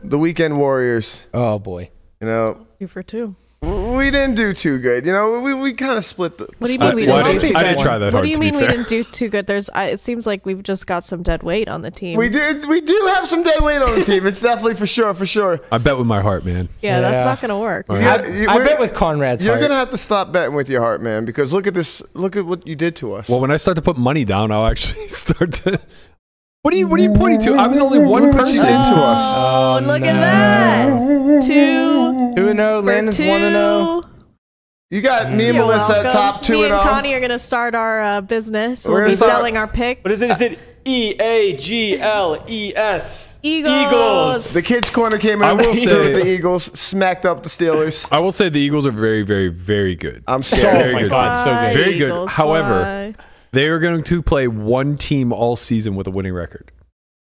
the weekend warriors. Oh boy. You know, Two for two. we didn't do too good. You know, we, we kind of split the. What do you mean we Well, I, didn't? didn't, I didn't try that What hard. do you to be mean we fair. didn't do too good? There's, I, it seems like we've just got some dead weight on the team. We did. We do have some dead weight on the team. It's definitely for sure, for sure. I bet with my heart, man. Yeah. yeah, that's not gonna work. You- I, you- I we're- bet with Conrad's You're heart. gonna have to stop betting with your heart, man. Because look at this. Look at what you did to us. Well, when I start to put money down, I'll actually start to. What are you? What are you pointing to? I was only one What you did person. to us. Oh, look at that! Two. Two and zero. for Landon's two. one and zero. You got me and You're oh. Melissa at welcome. top two Me and and all. Connie are gonna start our uh, business. We're We'll gonna be start- selling our picks. What is it? Is it E A G L E S? Eagles. Eagles. The kids' corner came in. I will through say- with the Eagles smacked up the Steelers. I will say the Eagles are very, very, very good. I'm Very scared. good team. God. Oh, so good. Very good. Eagles, However- why? They are going to play one team all season with a winning record.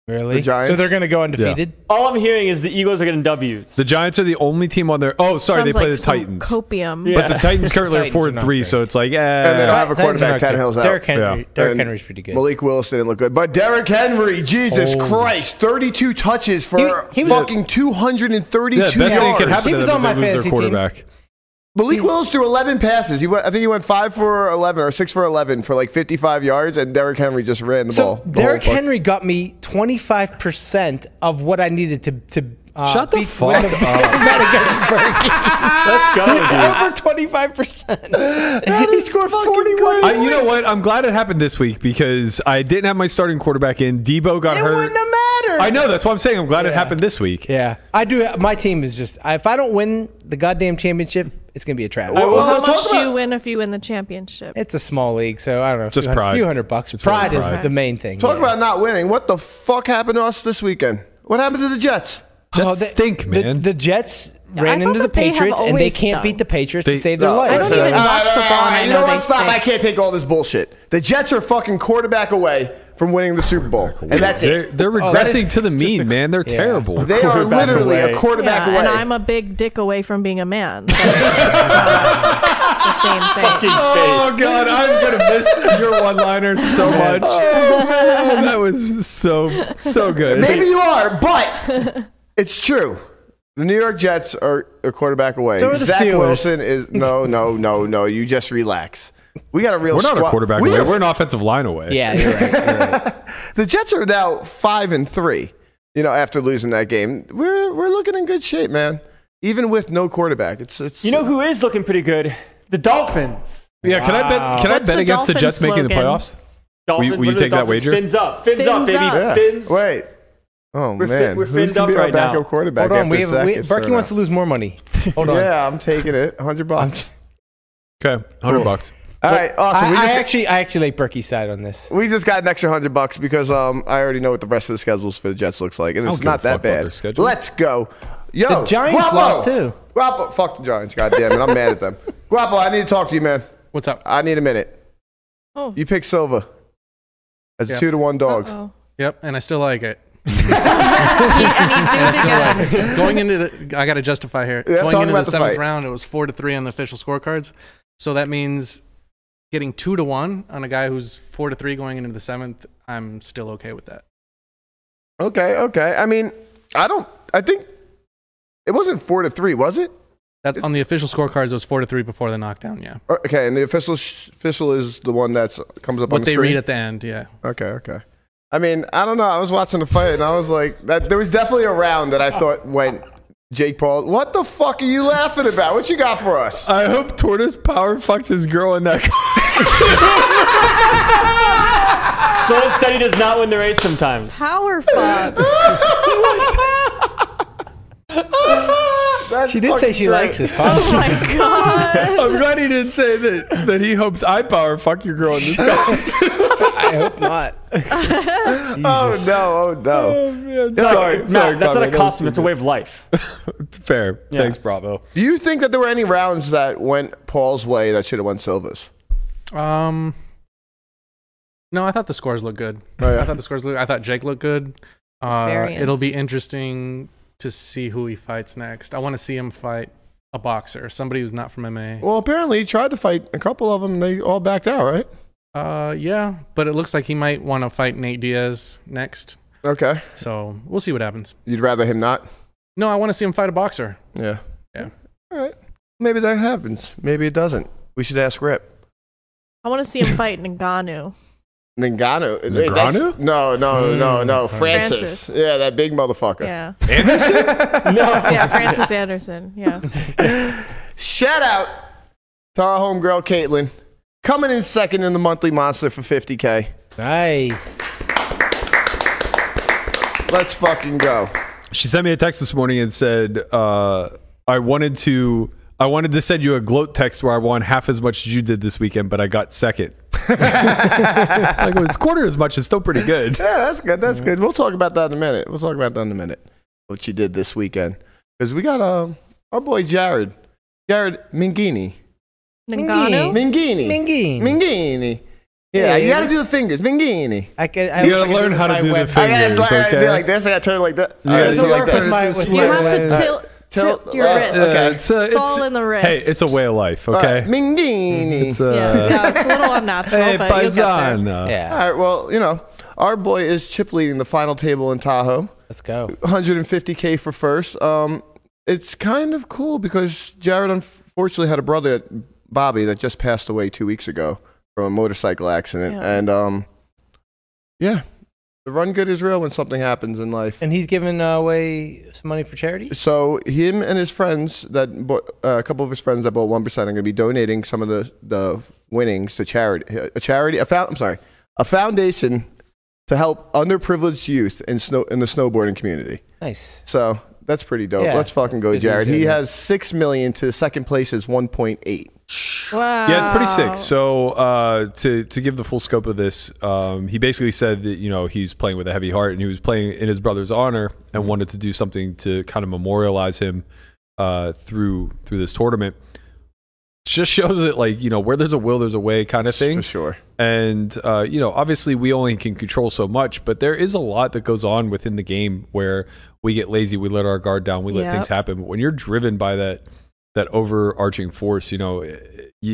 Really? The Giants? so they're gonna go undefeated. All I'm hearing is the Eagles are getting W's. The Giants are the only team on their. Oh, sorry, Sounds they play like the some Titans. Copium. Yeah. But the Titans currently are Titans four are and not three, great. so it's like, eh. they don't have a Titans quarterback, are Ted good. Hill's out. Derrick Henry. Yeah. Derrick And Henry's pretty good. Malik Willis didn't look good, but Derrick Henry, Jesus Holy Christ, 32 touches for He- he was- fucking 232 yeah, best yards. thing that can happen He to was them on is they my lose their fantasy team. quarterback. Malik Willis threw 11 passes. He went, I think he went five for 11 or six for 11 for like 55 yards, and Derrick Henry just ran the so ball. the whole Derrick fuck- Henry got me twenty five percent of what I needed to to. Uh, Shut the beat- fuck win the- Let's go, dude. Over twenty five percent. And he scored 41. I, you know what? I'm glad it happened this week because I didn't have my starting quarterback in. Debo got It hurt. wouldn't have mattered. I know. That's why I'm saying I'm glad it happened this week. Yeah, I do. My team is just. If I don't win the goddamn championship, it's gonna be a tragedy. Well, Well, so how talk much do you about- win if you win the championship? It's a small league, so I don't know. Just a few hun- pride. few hundred bucks. It's really pride, pride. is the main thing. Talk yeah. about not winning. What the fuck happened to us this weekend? What happened to the Jets? Jets Oh, they- stink, the, man. The Jets Yeah, I ran thought into the that they have Patriots, and they always can't stunk. beat the Patriots They- to save their No, life. I don't listen. even All watch all football, all and I you know know they what? Stop. stink. I can't take all this bullshit. The Jets are fucking quarterback away from winning the Super Bowl, and that's they're, it. they're Oh, that is regressing to the mean, man. They're yeah. terrible. They are quarterback literally away. a quarterback yeah, away. and I'm a big dick away from being a man. So it's, uh, the same thing. Oh god, I'm gonna miss your one-liner so much. Oh, that was so so good. Maybe you are, but it's true. The New York Jets are a quarterback away. So are the Zach Steelers. Wilson is no, no, no, no. You just relax. We got a real. We're not a squad. quarterback We away. are- We're an offensive line away. Yeah, you're right. you're right. The Jets are now five and three. You know, after losing that game, we're we're looking in good shape, man. Even with no quarterback, it's it's You know who is looking pretty good? The Dolphins. Yeah. Can I bet? Can What's I bet the against the Dolphins Jets making the slogan? playoffs? Dolphins. will what you are the take that Dolphins? wager? Fins up. Fins, Fins up, baby. up. Yeah. Fins. Wait. Oh We're fin- man, we're who's finned gonna up be our right now. backup quarterback Hold on, after we have, Zach we, gets Berkey thrown wants to out? lose more money. Hold on. Yeah, I'm taking it. Hundred bucks. Okay, hundred bucks. All right, awesome. I, we I just actually, I actually like Berkey's side on this. we just got an extra hundred bucks because um I already know what the rest of the schedules for the Jets looks like, and I it's don't give not a that fuck about bad. their schedule. Let's go. Yo, The Giants Guapo! lost, too. Guapo, fuck the Giants, goddamn it! I'm mad at them. Guapo, I need to talk to you, man. What's up? I need a minute. Oh. You pick Silva as a Yeah. two to one dog. Uh-oh. Yep, and I still like it. He- and he duped Still again. like it. Going into the, I got to justify here. Yeah, Going talk into about the the seventh fight. round, it was four to three on the official scorecards. So that means getting two to one on a guy who's four to three going into the seventh. I'm still okay with that. Okay, okay. I mean, I don't. I think it wasn't four to three, was it? That's on the official scorecards. It was four to three before the knockdown. Yeah, Or- Okay, and the official sh- official is the one that's comes up on what the they screen. read at the end. Yeah, Okay, okay. I mean, I don't know. I was watching the fight and I was like, that there was definitely a round that I thought went Jake Paul. What the fuck are you laughing about? What you got for us? I hope Tortoise Power fucked his girl in that. Slow and steady does not win the race sometimes. Power Oh fuck. That's She did say fucking she great. likes his podcast. Oh my god. I'm glad he didn't say that. That he hopes I power fuck your girl in this. I hope not. Oh no! Oh no! Sorry, Matt, that's not Conrad, a that was costume. It's a stupid. way of life. Fair. Yeah. Thanks, Bravo. Do you think that there were any rounds that went Paul's way that should have won Silva's? Um, no, I thought the scores looked good. Oh, I thought the scores looked. I thought Jake looked good. Uh, variance. it'll be interesting to see who he fights next. I want to see him fight a boxer, somebody who's not from MMA. Well, apparently he tried to fight a couple of them. And they all backed out, right? Uh, yeah, but it looks like he might want to fight Nate Diaz next. Okay. So we'll see what happens. You'd rather him not? No, I want to see him fight a boxer. Yeah. Yeah. All right. Maybe that happens. Maybe it doesn't. We should ask Rip. I want to see him fight Ngannou. Ngannou. Hey, that's- Ngannou? No, no, no, no. Francis. Francis. Yeah, that big motherfucker. Yeah. No. Yeah, Francis Anderson. Yeah. Shout out to our homegirl Caitlin, coming in second in the monthly monster for 50k. Nice. Let's fucking go. She sent me a text this morning and said, uh, "I wanted to, I wanted to send you a gloat text where I won half as much as you did this weekend, but I got second. like well, it's quarter as much. It's still pretty good. Yeah, that's good. That's good. We'll talk about that in a minute. We'll talk about that in a minute. What you did this weekend, because we got um, our boy Jared, Jared Mingini, Ngannou. Mingini, Mingine. Mingini. Yeah, you got to do the fingers, Mingini. I can. I You wish I gotta could learn it how to with do my the web- fingers, I gotta, I gotta okay? do like this. I gotta turn like that. Yeah, Alright, so so like like this. this. My- with You my have to web- tilt, Tilt- tilt your uh, wrist. Okay. Yeah, it's, uh, It's all in the wrist. Hey, it's a way of life. Alright, Okay. Mingini. It's, uh, yeah, yeah, it's a little unnatural, Hey, but you'll get there. paisano. All Yeah. right. Well, you know, our boy is chip leading the final table in Tahoe. Let's go. 150k for first. Um, it's kind of cool because Jared unfortunately had a brother, Bobby, that just passed away two weeks ago from a motorcycle accident, Yeah. and um, yeah, the run good is real when something happens in life. And he's giving uh, away some money for charity. So him and his friends that bought uh, a couple of his friends that bought one percent are going to be donating some of the the winnings to charity a charity a found, I'm sorry a foundation to help underprivileged youth in snow in the snowboarding community. Nice. So that's pretty dope. Yeah. Let's fucking go, Good Jared. news, He Jared. has six million to second place is one point eight. Wow. Yeah, it's pretty sick. So uh, to to give the full scope of this, um, he basically said that you know he's playing with a heavy heart, and he was playing in his brother's honor, and wanted to do something to kind of memorialize him uh, through through this tournament. Just shows that like you know where there's a will, there's a way kind of thing for sure. and uh, you know obviously we only can control so much but there is a lot that goes on within the game where we get lazy we let our guard down we let Yep. things happen but when you're driven by that that overarching force you know you,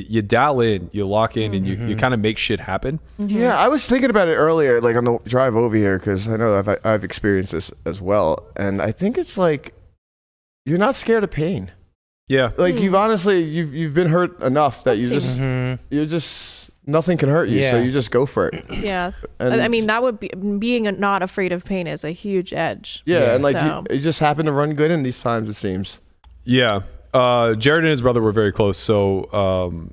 you dial in you lock in and you, you kind of make shit happen Mm-hmm. Yeah, I was thinking about it earlier, like on the drive over here, because I know I've I've experienced this as well, and I think it's like you're not scared of pain. yeah like Hmm. you've honestly you've you've been hurt enough that you just Mhm. you're just nothing can hurt you so Yeah. you just go for it Yeah. and I mean, that would be being not afraid of pain is a huge edge. yeah, Yeah. and like So- you, it just happened to run good in these times it seems Yeah. Uh, Jared and his brother were very close. So um,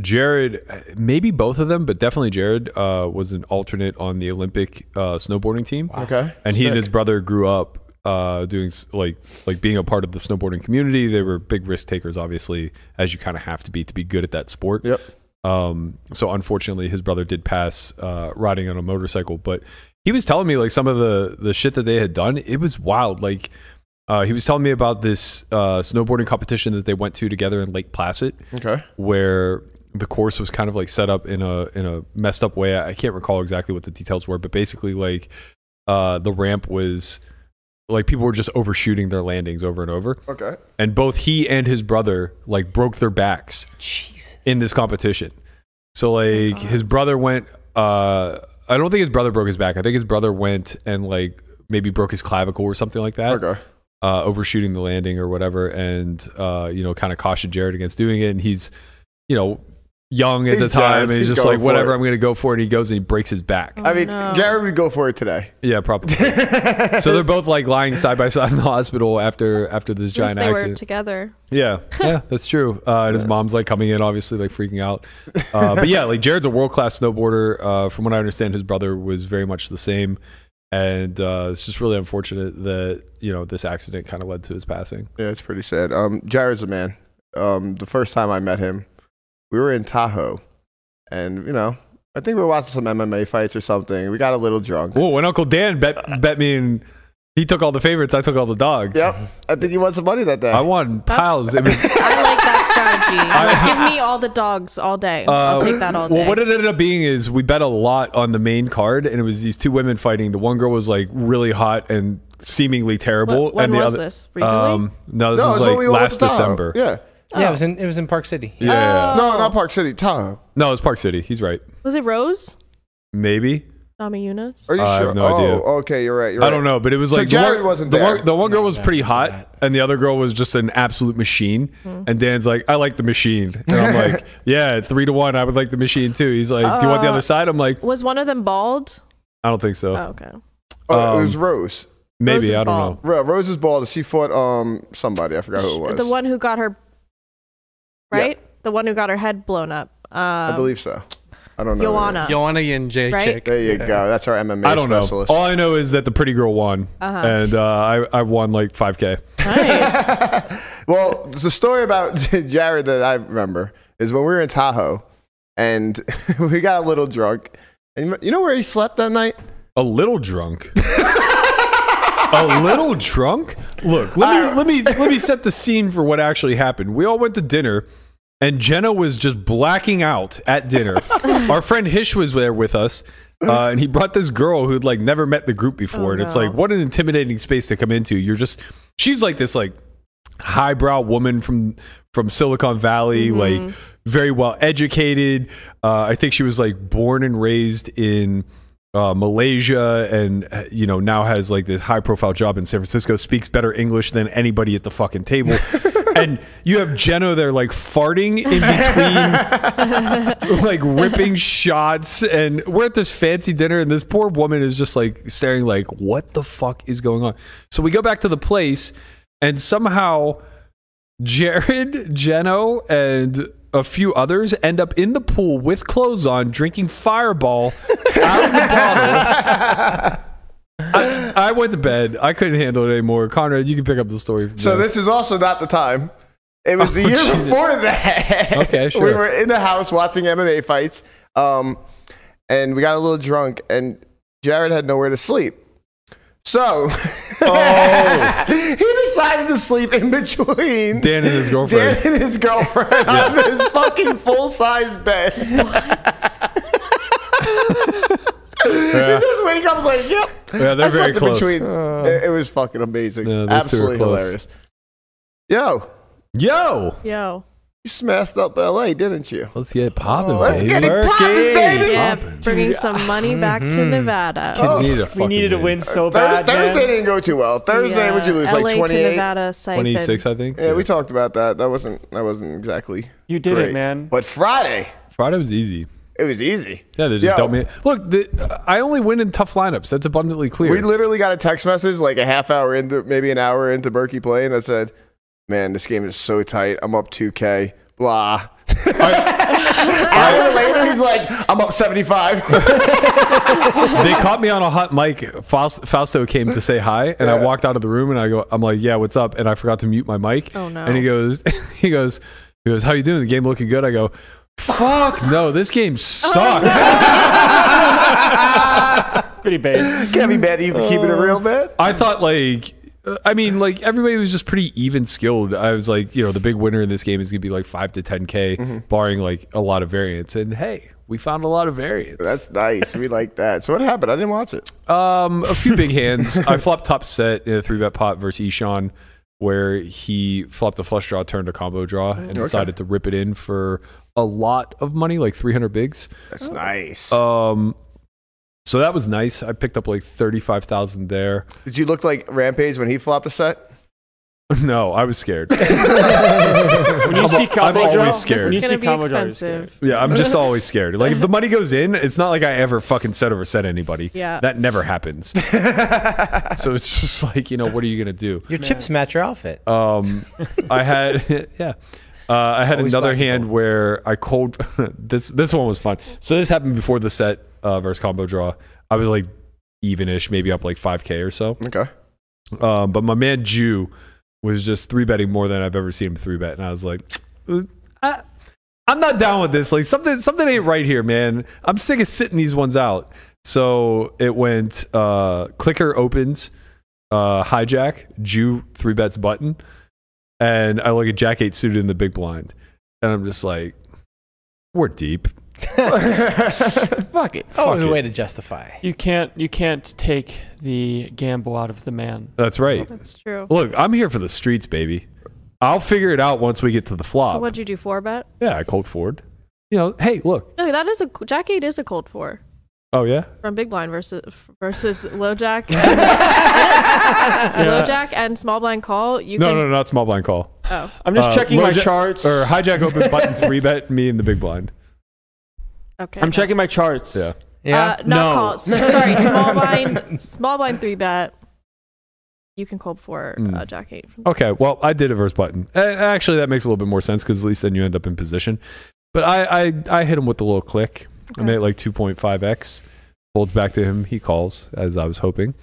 Jared, maybe both of them, but definitely Jared uh, was an alternate on the Olympic uh, snowboarding team. Okay. And he and his brother grew up uh, doing s- like like being a part of the snowboarding community. They were big risk takers, obviously, as you kind of have to be to be good at that sport. Yep. Um, so unfortunately, his brother did pass uh, riding on a motorcycle, but he was telling me like some of the the shit that they had done. It was wild. Like uh, he was telling me about this uh, snowboarding competition that they went to together in Lake Placid, okay where the course was kind of like set up in a in a messed up way. I can't recall exactly what the details were, but basically like uh, the ramp was like people were just overshooting their landings over and over, okay and both he and his brother like broke their backs Jesus. in this competition. So like his brother went uh I don't think his brother broke his back. I think his brother went and like maybe broke his clavicle or something like that. okay Uh overshooting the landing or whatever and uh you know kind of cautioned Jared against doing it and he's you know young at the He's time Jared. and he's, He's just going like for whatever it. I'm going to go for it and he goes and he breaks his back. i mean Oh, no. jared would go for it today Yeah, probably. so they're both like lying side by side in the hospital after after this At least giant they were accident. together. Yeah, yeah, that's true. Uh, and his mom's like coming in, obviously like freaking out. Uh, but yeah, like Jared's a world class snowboarder. Uh, from what I understand, his brother was very much the same, and uh, it's just really unfortunate that you know this accident kind of led to his passing. yeah it's pretty sad um jared's a man um the first time i met him we were in tahoe and you know i think we were watching some mma fights or something we got a little drunk Whoa! When Uncle Dan bet bet me and he took all the favorites, I took all the dogs. yep i think he won some money that day I won That's- piles. It was, I like that strategy. I- Like, give me all the dogs all day. I'll Uh, take that all day. Well, what it ended up being is we bet a lot on the main card, and it was these two women fighting. The one girl was like really hot and seemingly terrible. When- when and the was other, Um, this? Recently? no, this no, was it's what like we all went last to Tahoe. December. Yeah. Yeah, it was in it was in Park City. Yeah, yeah, yeah. Oh. No, not Park City, Tahoe. No, it's Park City. He's right. Was it Rose? Maybe. Nami Yunus? Are you I have sure? no oh, idea. okay, you're right. You're I don't know, but it was So like the Jared one, wasn't the there. one, the one girl was Jared pretty was hot, not. and the other girl was just an absolute machine. Hmm. And Dan's like, "I like the machine," and I'm like, "Yeah, three to one, I would like the machine too." He's like, "Do you want the Uh, other side?" I'm like, Was one of them bald? "I don't think so. Oh, okay. Oh, it was Um, Rose. Maybe Rose is I don't bald. know." Ro- Rose's bald. She fought um somebody. I forgot who it was. The one who got her, Yeah. right? The one who got her head blown up. Um, I believe so. I don't know. who it Joanna. Joanna and Jay Right? Chick. There you Yeah. go. That's our MMA I don't know. specialist. All I know is that the pretty girl won, Uh-huh. and uh, I I won like 5k. Nice. Well, the story about Jared that I remember is when we were in Tahoe and we got a little drunk. And you know where he slept that night? A little drunk. a little drunk. Look, let me let me let me set the scene for what actually happened. We all went to dinner, and Jenna was just blacking out at dinner. Our friend Hish was there with us. Uh, and he brought this girl who'd like never met the group before, Oh, and it's no. like what an intimidating space to come into. You're just she's like this like highbrow woman from from Silicon Valley, Mm-hmm. like very well educated. Uh, I think she was like born and raised in uh, Malaysia, and uh, you know now has like this high profile job in San Francisco. Speaks better English than anybody at the fucking table. and you have Jenna there like farting in between like ripping shots and we're at this fancy dinner and this poor woman is just like staring like what the fuck is going on so we go back to the place and somehow jared jeno and a few others end up in the pool with clothes on drinking fireball out of the bottle I, I went to bed i couldn't handle it anymore conrad you can pick up the story from So there. this is also not the time. It was the Oh, year Jesus. before that. Okay, We sure. were in the house watching MMA fights, um, and we got a little drunk, and Jared had nowhere to sleep. So he decided to sleep in between Oh. dan and his girlfriend Dan and his girlfriend on this fucking full size bed. he just wake up and is like, yep. yeah they're I very slept in close Between. it, it was fucking amazing. Yeah, those two were Absolutely close. hilarious. Yo, yo Yo. you smashed up LA, didn't you? let's get popping Let's baby. get it popping, Lurky. baby. Yeah, Poppin'. bringing some money back to Mm-hmm. Mhm. Nevada. Kid Oh. needed a We fucking needed a win. win so Thur- bad. man. Thursday didn't go too well. Thursday, Yeah, what'd you lose? LA Like to 28? Nevada siphon. 26, I think. Yeah, we talked about that. That wasn't that wasn't exactly. You did great. it, man. But Friday, Friday was easy. it was easy. Yeah, they just Yo. dealt me. Look, the, I only win in tough lineups. That's abundantly clear. We literally got a text message like a half hour into, maybe an hour into Berkey playing that said, "Man, this game is so tight. I'm up 2K." Blah. hour later, he's like, "I'm up 75." they caught me on a hot mic. Faust, Fausto came to say hi, and I walked out of the room, and I go, "I'm like, yeah, what's up?" And I forgot to mute my mic. Oh, no. And he goes, he goes, he goes, "How you doing? The game looking good?" I go, "Fuck no, this Oh, game sucks." Pretty bad. Can't be mad at you for keeping it Uh. real, man. I thought like uh, I mean like everybody was just pretty even skilled. I was like, you know, the big winner in this game is going to be like 5 to 10k barring like a lot of variance. And hey, we found a lot of variance. That's nice. We like that. So what happened? I didn't watch it. um a few big hands. I flopped top set in a 3 bet pot versus Ishan where he flopped a flush draw, turned a combo draw and decided to rip it in for a lot of money, like 300 bigs. Oh. That's nice. Oh. Um so that was nice. I picked up like 35,000 there. Did you look like Rampage when he flopped a set? No, I was scared. When you see combo always draw, scared. This When you is see going to be combo draw, you're scared. expensive. Yeah, I'm just always scared. Like if the money goes in, it's not like I ever fucking said or said anybody. Yeah. That never happens. so it's just like, you know, what are you gonna do? Your chips match your outfit. Um I had yeah. Uh, I had Always another black and hand where I cold this this one was fun. So this happened before the set uh, versus combo draw. I was like even-ish, maybe up like 5k or so. Okay. Um, but my man Jew was just three betting more than I've ever seen him three bet, and I was like, I, I'm not down with this. Like something something ain't right here, man. I'm sick of sitting these ones out. So it went uh, clicker opens, uh, hijack Jew three bets button, and I look at Jack eight suited in the big blind, and I'm just like, we're deep. Fuck it. Oh, Always a way to justify. You can't you can't take the gamble out of the man. That's right. That's true. Look, I'm here for the streets, baby. I'll figure it out once we get to the flop. So what'd you do four bet? yeah, I cold forward. You know, hey, look. No, that is a Jack Eight is a cold four Oh yeah, from Big Blind versus versus Low Jack. Low Jack and Small Blind Call. You no, can, no, no, not small blind call. Oh, I'm just Uh, checking low my ja- charts. or hijack open button three bet me and the big blind. Oh, okay. I'm no. checking my charts. Yeah. Yeah. Uh, not call. S- Sorry, small blind, small blind three bet. You can cold for uh, Mm. Jack eight. From Okay, well, I did it versus button. A- Actually, that makes a little bit more sense because at least then you end up in position. But I, I, I hit him with the little click. I Okay. made it like 2.5x. Folds back to him. He calls, as I was hoping.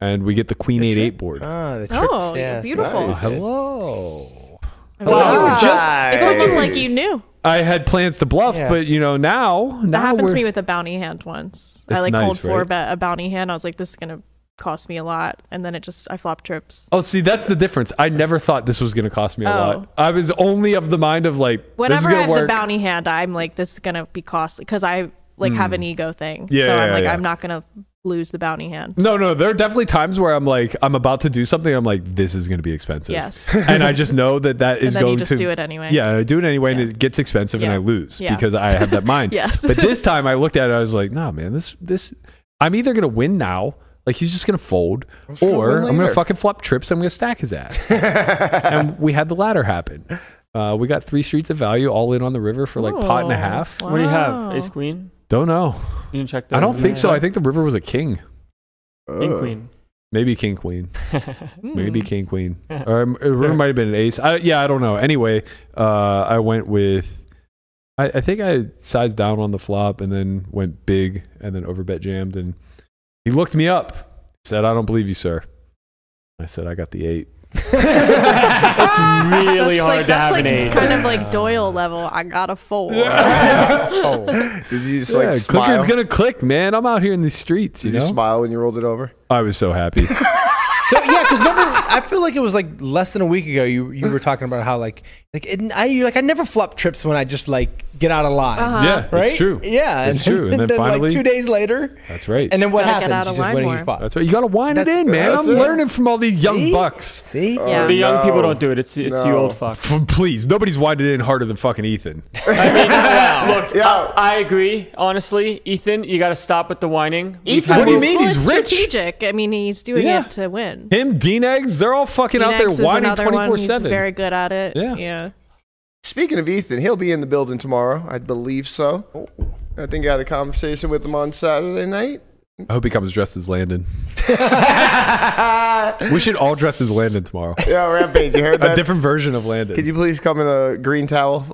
And we get the queen eight eight board. Oh, the trips. Oh, yeah, you're it's beautiful. nice. Hello. Wow. Wow. It's almost like you knew. I had plans to bluff, Yeah. but you know, now. now That happened to we're- me with a bounty hand once. I It's like nice, cold four right? bet a bounty hand. I was like, this is gonna cost me a lot, and then it just I flop trips. Oh, see, that's the difference. I never thought this was going to cost me a Oh. lot. I was only of the mind of like, this is Whenever I going have to work. the bounty hand, I'm like, this is gonna be costly because I like have an ego thing. Mm. Yeah, so I'm yeah, like, yeah. I'm not gonna lose the bounty hand. No, no, there are definitely times where I'm like, I'm about to do something. I'm like, this is going to be expensive. Yes. and I just know that that is then you going just to do it anyway. Yeah, I do it anyway, Yeah. and it gets expensive, and Yeah. I lose Yeah. because I have that mind. Yes. But this time, I looked at it. I was like, nah, man, this this I'm either going to win now. Like he's just gonna fold, gonna or win I'm gonna later. fucking flop trips. I'm gonna stack his ass, and we had the latter happen. Uh, we got three streets of value all in on the river for like pot and a Oh, half. What do you wow. have? Ace queen? Don't know. You didn't check those. I don't think so. I think the river was a king, King queen. maybe king queen. maybe Mm. king queen or um, it might have been an ace I, yeah i don't know anyway uh, i went with I, I think i sized down on the flop and then went big and then overbet jammed and he looked me up said i don't believe you sir i said i got the eight it's really that's hard like, to have that's like an eight. kind of like Doyle level. I got a four. Did you just like yeah, smile? clicker's gonna click man i'm out here in the streets you Did you know smile Uh-huh. when you rolled it over? i was so happy So yeah, because remember, I feel like it was like less than a week ago. You you were talking about how like like it, I you're like I never flop trips when I just like get out of line. Uh-huh. yeah Right? it's true Yeah, it's true and then, like, finally two days later, that's right and then what gotta get happens? out You of just line win more. each spot. that's right you gotta wind it That's- in man i'm that's it. learning from all these young See? bucks See, Yeah. the young people No. don't do it. It's it's you No. old fucks. please nobody's winded in harder than fucking ethan Look, Yeah. I, I agree. Honestly, Ethan, you got to stop with the whining. E- We've Ethan had What do you this- mean? Well, He's it's rich. strategic. I mean, he's doing Yeah. it to win. Him, Dean Eggs, they're all fucking out Phoenix there is whining another one. 24 He's 7. very good at it. Yeah. Yeah. Speaking of Ethan, he'll be in the building tomorrow. I believe so. I think I had a conversation with him on Saturday night. I hope he comes dressed as Landon. we should all dress as Landon tomorrow. Yeah, Rampage, you heard A that? different version of Landon. Could you please come in a green towel?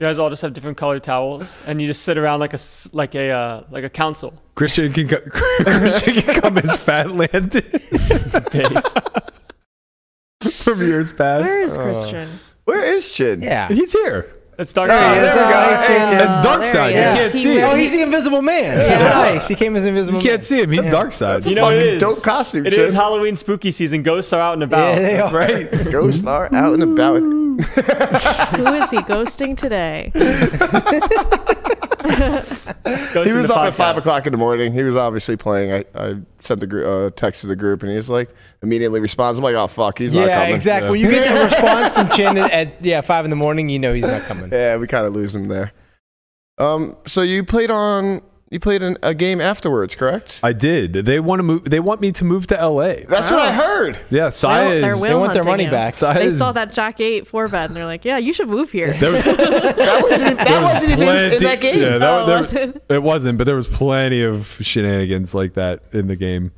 You guys all just have different colored towels, and you just sit around like a s- like a uh, like a council. Christian, can co- Christian can come as Fat Landon Base. from years Where past. is Christian? Where is Chin? yeah. He's here. It's dark. Oh, side. there we go. Hey, Chin. That's dark side. You Oh, there he can't is. He see Oh, him. he's the Invisible Man. Yeah. Nice. He came as Invisible. You can't see him. He's dark side. You know what it Fucking is. dope costume, It Chin. is Halloween spooky season. Ghosts are out and about. Man. Yeah, they are. right? Ghost star out and about. Who is he ghosting today? Ghosts He in was the up at five podcast. o'clock in the morning. He was obviously playing. I, I sent the gr- uh, text to the group, and he's like immediately responds. I'm like, oh fuck, he's not Yeah, coming. exactly. When you get the response from Chin at, at yeah five in the morning, you know he's not coming. Yeah, we kind of lose him there. Um, so you played on you played an, a game afterwards, correct? I did. They want to move. They want me to move to LA. That's what I heard. Yeah, Saya They're- they're is. will They want their hunting money him. back. Saya They is- saw that Jack 8 four bet and they're like, yeah, you should move here. there was- That wasn't, that was wasn't even in plenty- that game. Yeah, that, Oh, there- was it? it wasn't, but there was plenty of shenanigans like that in the game.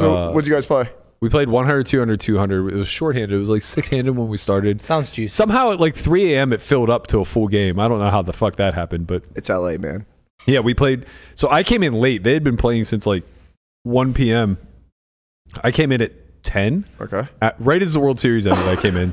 So Uh, what'd you guys play? We played 100, 200, 200. It was shorthanded. It was like six-handed when we started. Sounds juicy. Somehow at like 3 a.m. it filled up to a full game. I don't know how the fuck that happened, but It's L.A. man. yeah, we played. So I came in late. They had been playing since like 1 p.m. I came in at 10, Okay. at, right as the World Series ended. I came in.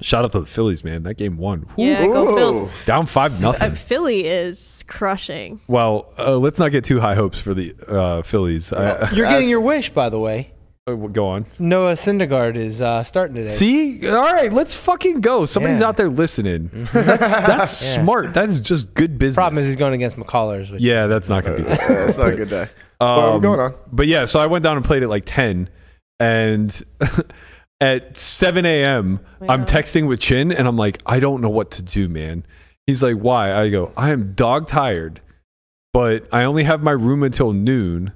Shout out to the Phillies, man. That game won. Whew. Yeah, go Phil's. Down five Uh, nothing. Philly is crushing. Well, uh, let's not get too high hopes for the uh, Phillies. I- You're That's- getting your wish, by the way. Oh, well, go on. Noah Syndergaard is uh, starting today. See, all right, let's fucking go. Somebody's Yeah. Mm-hmm. out there listening. That's that's Yeah. smart. That is just good business. Problem is he's going against McCullers, which yeah, that's not gonna be good. Uh, That's not a good day. Um, Well, we're going on. But yeah, so I went down and played at like 10. And at 7 a.m., I'm Wow. texting with Chin and I'm like, I don't know what to do, man. He's like, why? I go, I am dog tired, but I only have my room until noon.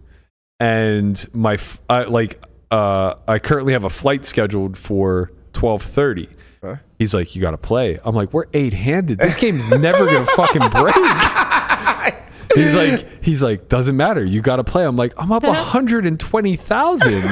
And my, f- I, like, uh, I currently have a flight scheduled for 1230. Okay. He's like, you got to play. I'm like, we're eight handed. This game's never going to fucking break. He's like, he's like, doesn't matter. You got to play. I'm like, I'm up 120,000.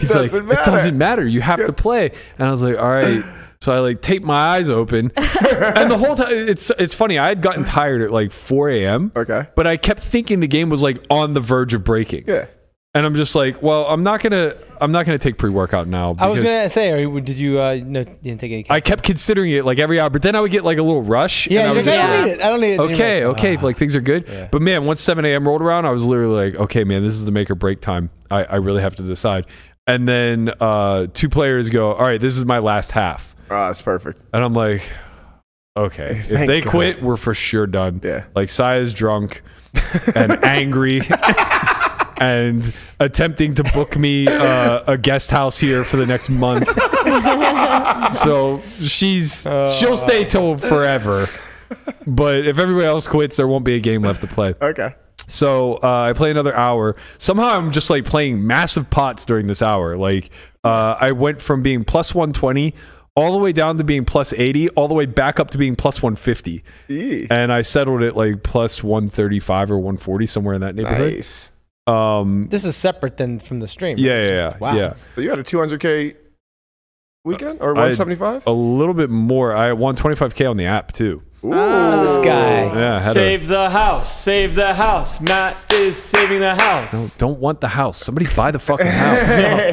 He's like, Doesn't it matter. doesn't matter. You have to play. And I was like, all right. So I like tape my eyes open, and the whole time it's it's funny. I had gotten tired at like 4 a.m. Okay. but I kept thinking the game was like on the verge of breaking. Yeah. and I'm just like, well, I'm not gonna I'm not gonna take pre workout now. I was because- gonna say, are you, did you? Uh, no, you didn't take any. I kept considering it like every hour, but then I would get like a little rush. yeah, and I you're would like, just I be like, don't need it. I don't need it. And you're okay, like, okay, "Ah." like things are good. Yeah. But man, once 7 a.m. rolled around, I was literally like, okay, man, this is the make or break time. I, I really have to decide. And then uh, two players go, all right, this is my last half. Ah, it's perfect. And I'm like, okay, if Thank they God. quit, we're for sure done. Yeah. Like, Saya's drunk and angry. And attempting to book me uh, a guest house here for the next month, so she's she'll stay till forever. But if everybody else quits, there won't be a game left to play. Okay. So uh, I play another hour. Somehow I'm just like playing massive pots during this hour. Like uh, I went from being plus 120 all the way down to being plus 80, all the way back up to being plus 150. Eee. And I settled at like plus 135 or 140 somewhere in that neighborhood. Nice. Um, This is separate than from the stream. yeah, right? yeah, yeah, Just- wow. yeah. So you had a 200k weekend or I- Oh. 175? A little bit more. I won 25k on the app too. Ooh. This guy. Yeah, I had a- Save the house. Save the house. Matt is saving the house. don't want the house. Somebody buy the fucking house.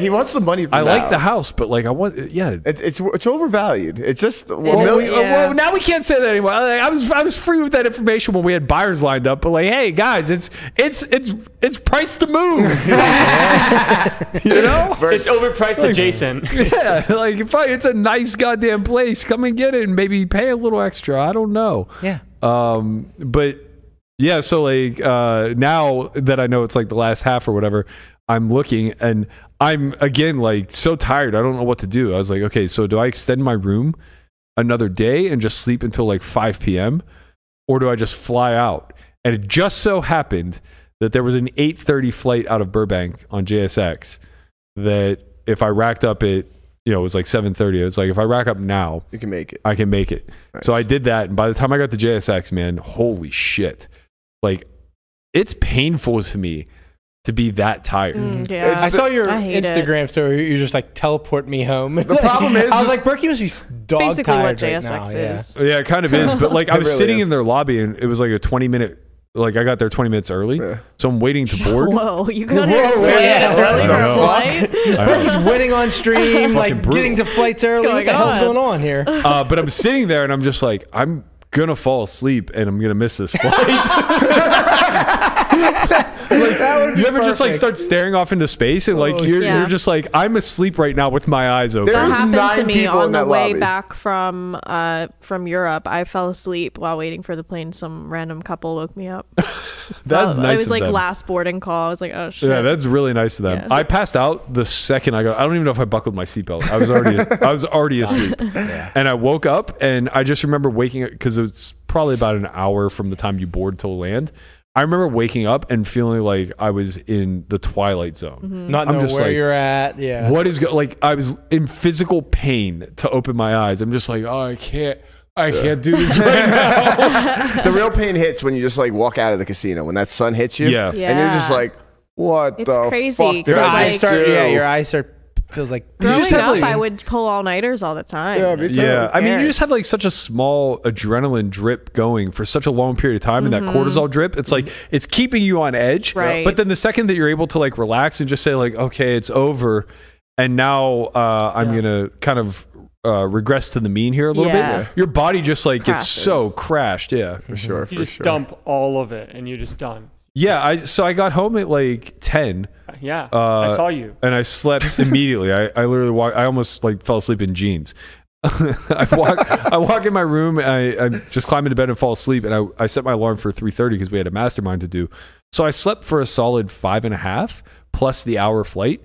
he wants the money. From I like the that. house, but like I want, yeah, It's, it's it's overvalued. It's just well, Well, mil- we- Uh, Yeah. Well, now we can't say that anymore. Like, I was I was free with that information when we had buyers lined up, but like, hey guys, it's it's it's it's price to move. you know, It's overpriced adjacent. yeah, like if I, it's a nice goddamn place. Come and get it, and maybe pay a little extra. I don't know. Yeah. Um, but yeah, so like uh, now that I know it's like the last half or whatever, I'm looking and I'm again like so tired. I don't know what to do. I was like, okay, so do I extend my room another day and just sleep until like 5 p.m. or do I just fly out? And it just so happened that there was an 8:30 flight out of Burbank on JSX that if I racked up at you know it was like 7:30. It was like if I rack up now, you can make it. I can make it. So I did that, and by the time I got to JSX, man, holy shit! Like, it's painful to me to be that tired. Mm, yeah. I saw your I hate it. Instagram story. You're just like teleport me home. The problem is- I was like, Berkey must be dog Basically, what tired right JSX now. is. Yeah, it kind of is. But like, I It was really sitting is. in their lobby, and it was like a twenty minute. Like, I got there twenty minutes early, Yeah. so I'm waiting to board. Whoa, you got here Whoa, twenty yeah, minutes what early the for a fuck? flight. I Yeah. know. He's winning on stream, like brutal. getting to flights early. What going the hell's on? going on here? uh, but I'm sitting there and I'm just like, I'm gonna fall asleep and I'm gonna miss this flight. Like, you ever just like perfect. start staring off into space and like you're, Yeah. you're just like I'm asleep right now with my eyes open. There That was happened to nine me people in on the that way lobby. back from uh, from Europe. I fell asleep while waiting for the plane. Some random couple woke me up. That's Uh, nice. I was of like them. last boarding call. I was like, oh shit. Yeah, that's really nice of them. Yeah. I passed out the second I got. I don't even know if I buckled my seatbelt. I was already, I was already asleep, and I woke up and I just remember waking up because it's probably about an hour from the time you board till land. I remember waking up and feeling like I was in the twilight zone. Not I'm knowing just where like, you're at. Yeah. What is go- like? I was in physical pain to open my eyes. I'm just like, oh, I can't, I can't do this right now. The real pain hits when you just like walk out of the casino when that sun hits you. Yeah. and you're just Yeah. like, what It's the crazy, fuck? Your did Your It's I eyes like- start. do? Yeah, your eyes start. Feels like. Growing just have, up, like- I would pull all nighters all the time. Yeah, me too. Yeah, I mean, you just cares? have like such a small adrenaline drip going for such a long period of time, and that cortisol drip, it's like it's keeping you on edge. Mm-hmm. Right. But then the second that you're able to like relax and just say like, okay, it's over, and now uh, I'm gonna kind of uh, regress to the mean here a little Yeah. bit. Your body just like gets so Crashes. crashed. Yeah. for sure. You For just sure. dump all of it and you're just done. Yeah, I so I got home at like ten. Yeah, Uh, I saw you. and I slept immediately. I, I literally walk. I almost like fell asleep in jeans. I walk. I walk in my room. And I, I just climb into bed and fall asleep. And I, I set my alarm for three thirty because we had a mastermind to do. So I slept for a solid five and a half plus the hour flight.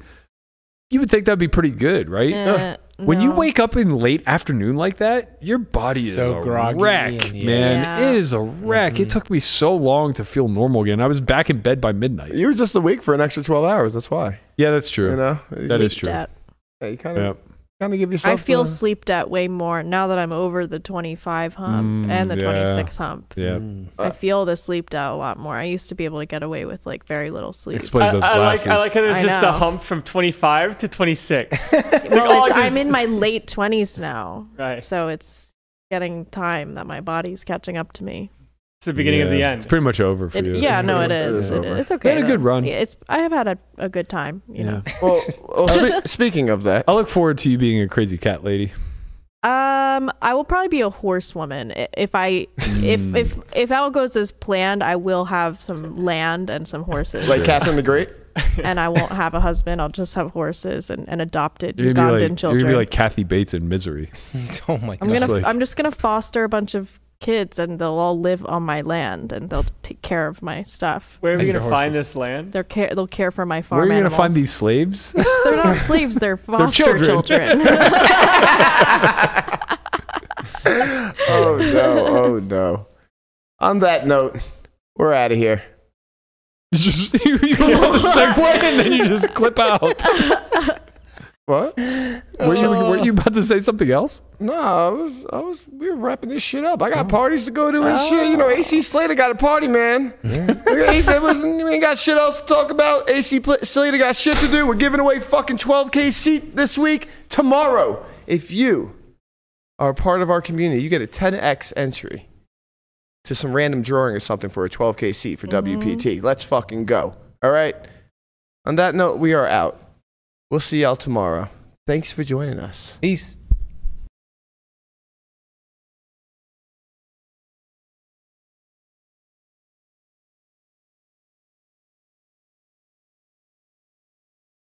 You would think that'd be pretty good, right? Eh, When you no. wake up in late afternoon like that, your body is So a groggy wreck, and- yeah. Mm-hmm. man. Yeah. It is a wreck. It took me so long to feel normal again. I was back in bed by midnight. You were just awake for an extra 12 hours. That's why. Yeah, that's true. You know? It's just- That is true. Debt. yeah, you kind of Yeah. kind of give yourself. I feel the- sleep debt way more now that I'm over the 25 hump Mm, and the yeah. 26 hump. Yeah. I feel the sleep debt a lot more. I used to be able to get away with like very little sleep. Explains those I, I glasses. like. I like how there's I just know. a hump from 25 to 26. well, all it's, I just- I'm in my late 20s now, right. so it's getting time that my body's catching up to me. It's the beginning of Yeah. the end. It's pretty much over for It, you. yeah, no, it it is. is It, over. it's okay. had a though. good run. Yeah, It's I have had a, a good time. You know. Well, well spe- speaking of that, I look forward to you being a crazy cat lady. Um, I will probably be a horsewoman I- if I Hmm. if if if all goes as planned. I will have some land and some horses, like Catherine the Great, and I won't have a husband. I'll just have horses and, and adopted You're gonna, be Ugandan like, you're children. gonna be like Kathy Bates in Misery. oh my god. I'm gonna Just like- I'm just gonna foster a bunch of kids, and they'll all live on my land, and they'll take care of my stuff. Where are we And gonna your find horses. this land? They're care they'll care for my farm. Where are you gonna animals. find these slaves? They're not slaves. They're foster children. children. oh no, oh no. On that note, we're out of here. you just you, you want the segue and then you just clip out. What? Were you, were you about to say something else? No, I was, I was, we were wrapping this shit up. I got parties to go to and shit. You know, AC Slater got a party, man. Hey, there wasn't- we ain't got shit else to talk about. AC Pl- Slater got shit to do. We're giving away fucking 12K seat this week. Tomorrow, if you are a part of our community, you get a 10X entry to some random drawing or something for a 12K seat for WPT. Let's fucking go. All right. On that note, we are out. We'll see y'all tomorrow. Thanks for joining us. Peace.